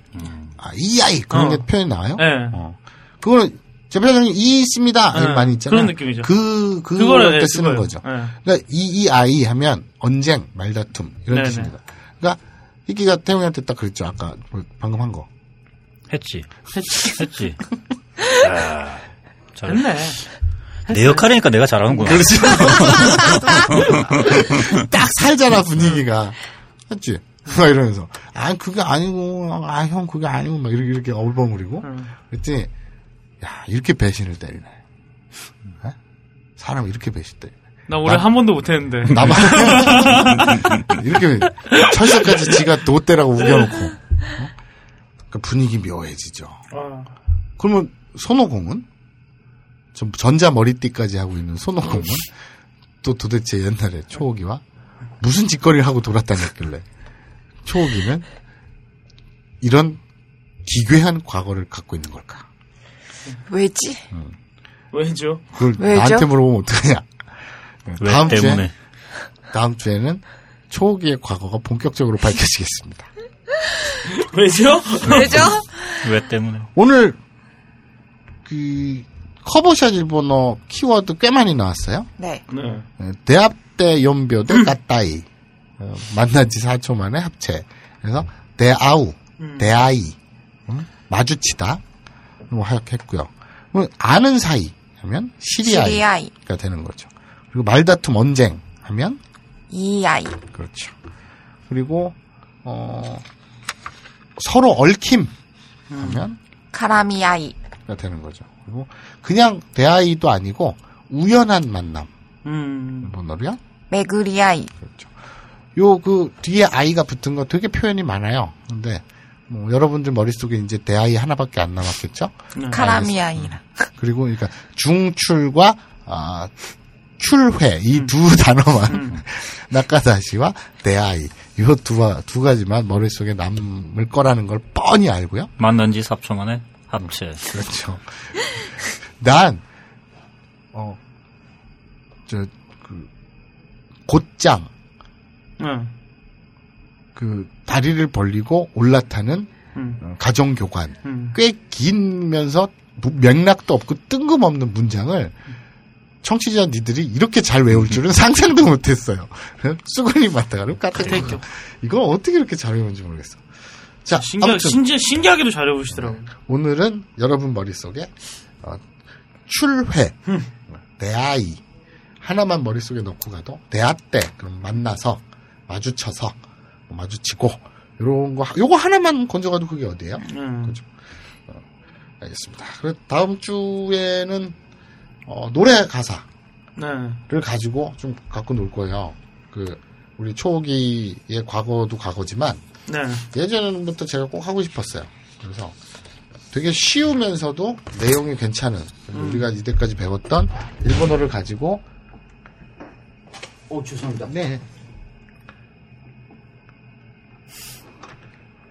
Speaker 3: 아, 이아이 그런
Speaker 1: 어.
Speaker 3: 게 표현이 나와요.
Speaker 1: 네.
Speaker 3: 어. 그거는 재판장님 이 있습니다. 이런
Speaker 1: 네.
Speaker 3: 많이 있잖아요.
Speaker 1: 그런 느낌이죠.
Speaker 3: 그
Speaker 1: 그거를,
Speaker 3: 그거를
Speaker 1: 네,
Speaker 3: 때 쓰는
Speaker 1: 그거요.
Speaker 3: 거죠.
Speaker 1: 네.
Speaker 3: 그러니까 이이아이 하면 언쟁, 말다툼 이런
Speaker 1: 네,
Speaker 3: 뜻입니다. 그러니까 희기가 태용이한테 딱 그랬죠. 아까 뭐 방금 한 거.
Speaker 4: 했지. 했지. 했지. 아, 잘,
Speaker 1: 됐네.
Speaker 4: 내 역할이니까 내가 잘하는구나.
Speaker 1: 음.
Speaker 3: 딱 살잖아 분위기가. 했지? 막 이러면서 아 그게 아니고 아 형 그게 아니고 막 이렇게 이렇게 어울벙거리고
Speaker 1: 음.
Speaker 3: 그랬더니 야 이렇게 배신을 때리네. 어? 사람 이렇게 배신 때리네.
Speaker 1: 나 올해 한 번도 못했는데.
Speaker 3: 나만 이렇게 철사까지 지가 노때라고 우겨놓고 어? 그러니까 분위기 묘해지죠.
Speaker 1: 어.
Speaker 3: 그러면 손오공은 전- 전자 머리띠까지 하고 있는 손오공은 또 도대체 옛날에 초호기와 무슨 짓거리를 하고 돌아다녔길래 초호기는 이런 기괴한 과거를 갖고 있는 걸까?
Speaker 2: 왜지?
Speaker 1: 왜죠?
Speaker 3: 그걸
Speaker 2: 왜죠?
Speaker 3: 나한테 물어보면 어떡하냐?
Speaker 4: 왜
Speaker 3: 다음
Speaker 4: 때문에
Speaker 3: 주에 다음 주에는 초호기의 과거가 본격적으로 밝혀지겠습니다.
Speaker 1: 왜죠?
Speaker 2: 왜죠?
Speaker 4: 왜 때문에
Speaker 3: 오늘 그 커버샷 일본어 키워드 꽤 많이 나왔어요.
Speaker 2: 네.
Speaker 1: 네.
Speaker 3: 예, 대합 대
Speaker 2: 음.
Speaker 3: 연비어대 까따이 어, 만난 지 4초 만에 합체 그래서 대아우 대아이 음, 마주치다 뭐 하여게 했고요 뭐 아는 사이 하면 시리아이가
Speaker 2: 시리아이,
Speaker 3: 되는 거죠 그리고 말다툼 언쟁 하면
Speaker 2: 이아이,
Speaker 3: 그렇죠 그리고 어 서로 얽힘
Speaker 2: 음.
Speaker 3: 하면
Speaker 2: 카라미아이,
Speaker 3: 가 되는 거죠 그리고 그냥 대아이도 아니고 우연한 만남 뭐,
Speaker 1: 음.
Speaker 3: 번호로요
Speaker 2: 메그리아이,
Speaker 3: 요 그 뒤에 아이가 붙은 거 되게 표현이 많아요. 근데 뭐 여러분들 머릿속에 이제 대아이 하나밖에 안 남았겠죠?
Speaker 2: 네. 카라미아이라.
Speaker 3: 그리고 그러니까 중출과 아 출회 이 두 단어만 낙가다시와 대아이 요두두 두 가지만 머릿속에 남을 거라는 걸 뻔히 알고요.
Speaker 4: 만난 지 4초 만에 합체
Speaker 3: 그렇죠. 난, 어, 저, 그, 곧장,
Speaker 1: 네.
Speaker 3: 그, 다리를 벌리고 올라타는
Speaker 1: 음.
Speaker 3: 어, 가정교관.
Speaker 1: 음.
Speaker 3: 꽤 길면서 무- 맥락도 없고 뜬금없는 문장을 청취자 니들이 이렇게 잘 외울 줄은 상상도 못했어요. 수건이 맞다가
Speaker 1: 그러니까
Speaker 3: 까딱까딱. 이걸 어떻게 이렇게 잘 외우는지 모르겠어. 자,
Speaker 1: 그렇죠. 신기하,
Speaker 3: 아무튼.
Speaker 1: 신기, 신기하게도 잘 해보시더라고요.
Speaker 3: 오늘은 여러분 머릿속에 어, 출회 내 아이 하나만 머릿속에 넣고 가도 대아 때 그럼 만나서 마주쳐서 뭐 마주치고 요런 거 하- 요거 하나만 건져가도 그게 어디예요?
Speaker 1: 음.
Speaker 3: 알겠습니다. 그럼 다음 주에는 어, 노래 가사
Speaker 1: 네.
Speaker 3: 를 가지고 좀 갖고 놀 거예요. 그 우리 초기의 과거도 과거지만
Speaker 1: 네.
Speaker 3: 예전부터 제가 꼭 하고 싶었어요. 그래서 되게 쉬우면서도 내용이 괜찮은 그리고 우리가 이때까지 배웠던 일본어를 가지고
Speaker 7: 오, 죄송합니다.
Speaker 3: 네.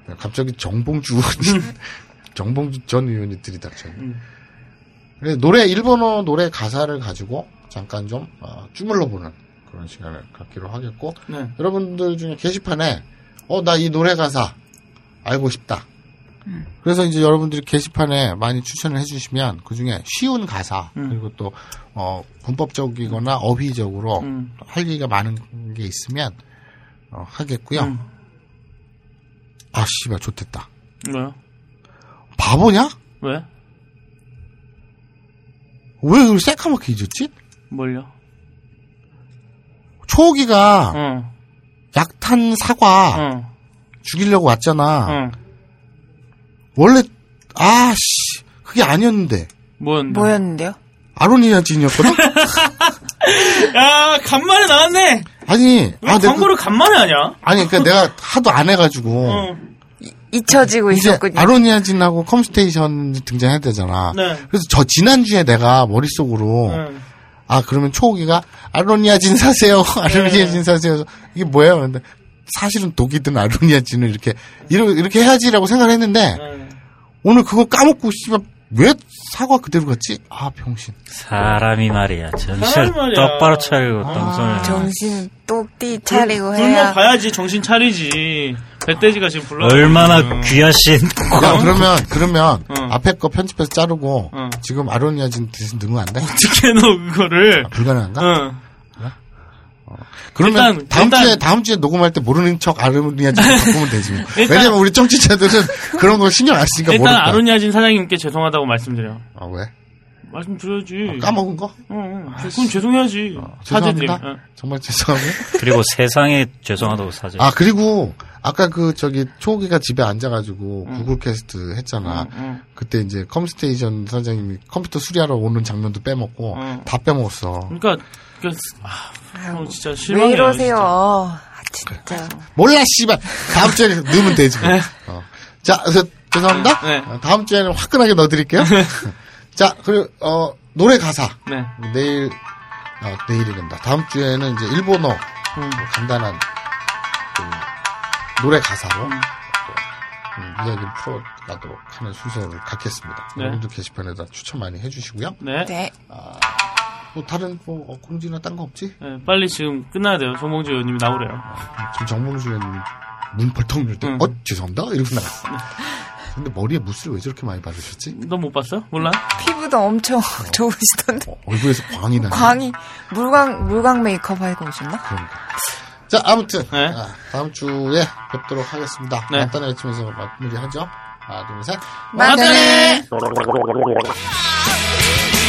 Speaker 3: 네, 갑자기 정봉주 정봉주 전 의원이 들이닥쳐요.
Speaker 1: 음.
Speaker 3: 그래서 노래 일본어 노래 가사를 가지고 잠깐 좀 어, 주물러 보는 그런 시간을 갖기로 하겠고
Speaker 1: 네.
Speaker 3: 여러분들 중에 게시판에 어 나 이 노래 가사 알고 싶다. 그래서 이제 여러분들이 게시판에 많이 추천을 해주시면 그 중에 쉬운 가사
Speaker 1: 음.
Speaker 3: 그리고 또 어, 문법적이거나 어휘적으로
Speaker 1: 음.
Speaker 3: 할 얘기가 많은 게 있으면 어, 하겠고요.
Speaker 1: 음.
Speaker 3: 아 씨발 좋댔다.
Speaker 1: 뭐요?
Speaker 3: 바보냐?
Speaker 1: 왜?
Speaker 3: 왜 이걸 새카맣게 잊었지?
Speaker 1: 뭘요?
Speaker 3: 초기가
Speaker 1: 응.
Speaker 3: 약탄 사과
Speaker 1: 응.
Speaker 3: 죽이려고 왔잖아.
Speaker 1: 응.
Speaker 3: 원래 아씨 그게 아니었는데
Speaker 1: 뭐였는데?
Speaker 2: 뭐였는데요?
Speaker 3: 아론이냐 진이었거든.
Speaker 1: 야, 간만에 나왔네!
Speaker 3: 아니
Speaker 1: 왜
Speaker 3: 아, 내가 그-
Speaker 1: 광고를 간만에 하냐? 어,
Speaker 3: 아니 그러니까 내가 하도 안 해가지고
Speaker 1: 응.
Speaker 2: 잊혀지고
Speaker 3: 이제
Speaker 2: 있었군요.
Speaker 3: 아로니아 진하고 컴스테이션 등장해야 되잖아.
Speaker 1: 네.
Speaker 3: 그래서 저 지난주에 내가 머릿속으로
Speaker 1: 응.
Speaker 3: 아 그러면 초호기가 아로니아 진 사세요
Speaker 1: 네.
Speaker 3: 아로니아 진 사세요 그래서 이게 뭐예요 근데 사실은 독이든 아로니아 진을 이렇게 이러- 이렇게 해야지라고 생각을 했는데
Speaker 1: 응.
Speaker 3: 오늘 그거 까먹고 씨발 왜 사과 그대로 갔지 아 병신
Speaker 4: 사람이 말이야
Speaker 1: 사람이
Speaker 4: 정신을
Speaker 1: 말이야. 아,
Speaker 4: 똑바로 차리고 똥손을
Speaker 2: 정신 똑띠 차리고 해야.
Speaker 1: 굶어 봐야지, 정신 차리지. 멧돼지가 지금 불러.
Speaker 4: 얼마나 귀하신
Speaker 1: 아,
Speaker 3: 야 그러면 그러면
Speaker 1: 응.
Speaker 3: 앞에 거 편집해서 자르고
Speaker 1: 응.
Speaker 3: 지금 아로니아 진 대신 넣으면 안 돼?
Speaker 1: 어떻게 너 그거를. 어.
Speaker 3: 아, 불가능한가?
Speaker 1: 응.
Speaker 3: 그러면
Speaker 1: 일단-
Speaker 3: 다음
Speaker 1: 일단-
Speaker 3: 주에 다음 주에 녹음할 때 모르는 척 아로니아 진 바꾸면 되지 뭐.
Speaker 1: 일단-
Speaker 3: 왜냐면 우리 청취자들은 그런 거 신경 안 쓰니까
Speaker 1: 일단
Speaker 3: 그러니까 모를까
Speaker 1: 아로니아진 사장님께 죄송하다고 말씀드려.
Speaker 3: 아 왜?
Speaker 1: 말씀드려야지.
Speaker 3: 아, 까먹은 거?
Speaker 1: 응, 응. 그럼 죄송해야지. 음. 사죄드림. 어.
Speaker 3: 죄송합니다. 정말 죄송하고요.
Speaker 4: 그리고 세상에 죄송하다고 사죄
Speaker 3: 아 그리고 아까 그 저기 초호기가 집에 앉아가지고
Speaker 1: 음.
Speaker 3: 구글 캐스트 했잖아.
Speaker 1: 응.
Speaker 3: 그때 이제 컴스테이션 사장님이 컴퓨터 수리하러 오는 장면도 빼먹고
Speaker 1: 응.
Speaker 3: 다 빼먹었어.
Speaker 1: 그러니까, 그, 아, 어, 진짜
Speaker 2: 왜
Speaker 1: 실망해요.
Speaker 2: 이러세요?
Speaker 1: 진짜.
Speaker 2: 아, 진짜.
Speaker 3: 몰라 씨발 다음 주에 넣으면 되지. 뭐. 어. 자 그래서 죄송합니다.
Speaker 1: 네.
Speaker 3: 어, 다음 주에는 화끈하게 넣어드릴게요. 자 그리고 어, 노래 가사
Speaker 1: 네.
Speaker 3: 내일 아, 내일이란다. 다음 주에는 이제 일본어
Speaker 1: 음.
Speaker 3: 뭐 간단한 그 노래 가사로
Speaker 1: 음.
Speaker 3: 또, 음, 이야기를 풀어가도록 하는 순서를 갖겠습니다.
Speaker 1: 네.
Speaker 3: 여러분들 게시판에다 추천 많이 해주시고요.
Speaker 1: 네.
Speaker 2: 네.
Speaker 3: 뭐 다른 뭐 공지나 딴 거 없지?
Speaker 1: 네, 빨리 지금 끝나야 돼요. 조봉주 의원님이 나오래요.
Speaker 3: 지금 정봉주 의원님 눈 벌떡 열때
Speaker 1: 음.
Speaker 3: 어? 죄송합니다. 이러고 나갔어. 근데 머리에 무스를 왜 저렇게 많이 바르셨지?
Speaker 1: 너 못 봤어? 몰라?
Speaker 2: 피부도 엄청 좋으시던데.
Speaker 1: 뭐
Speaker 3: 어, 얼굴에서 광이 나네.
Speaker 2: 광이 물광 물광 메이크업 하고 오셨나?
Speaker 3: 자, 아무튼
Speaker 1: 네.
Speaker 3: 아, 다음 주에 뵙도록 하겠습니다.
Speaker 1: 네.
Speaker 3: 간단한 외침에서 마무리하죠. 하나, 둘, 셋.
Speaker 2: 맞네.
Speaker 1: 맞네.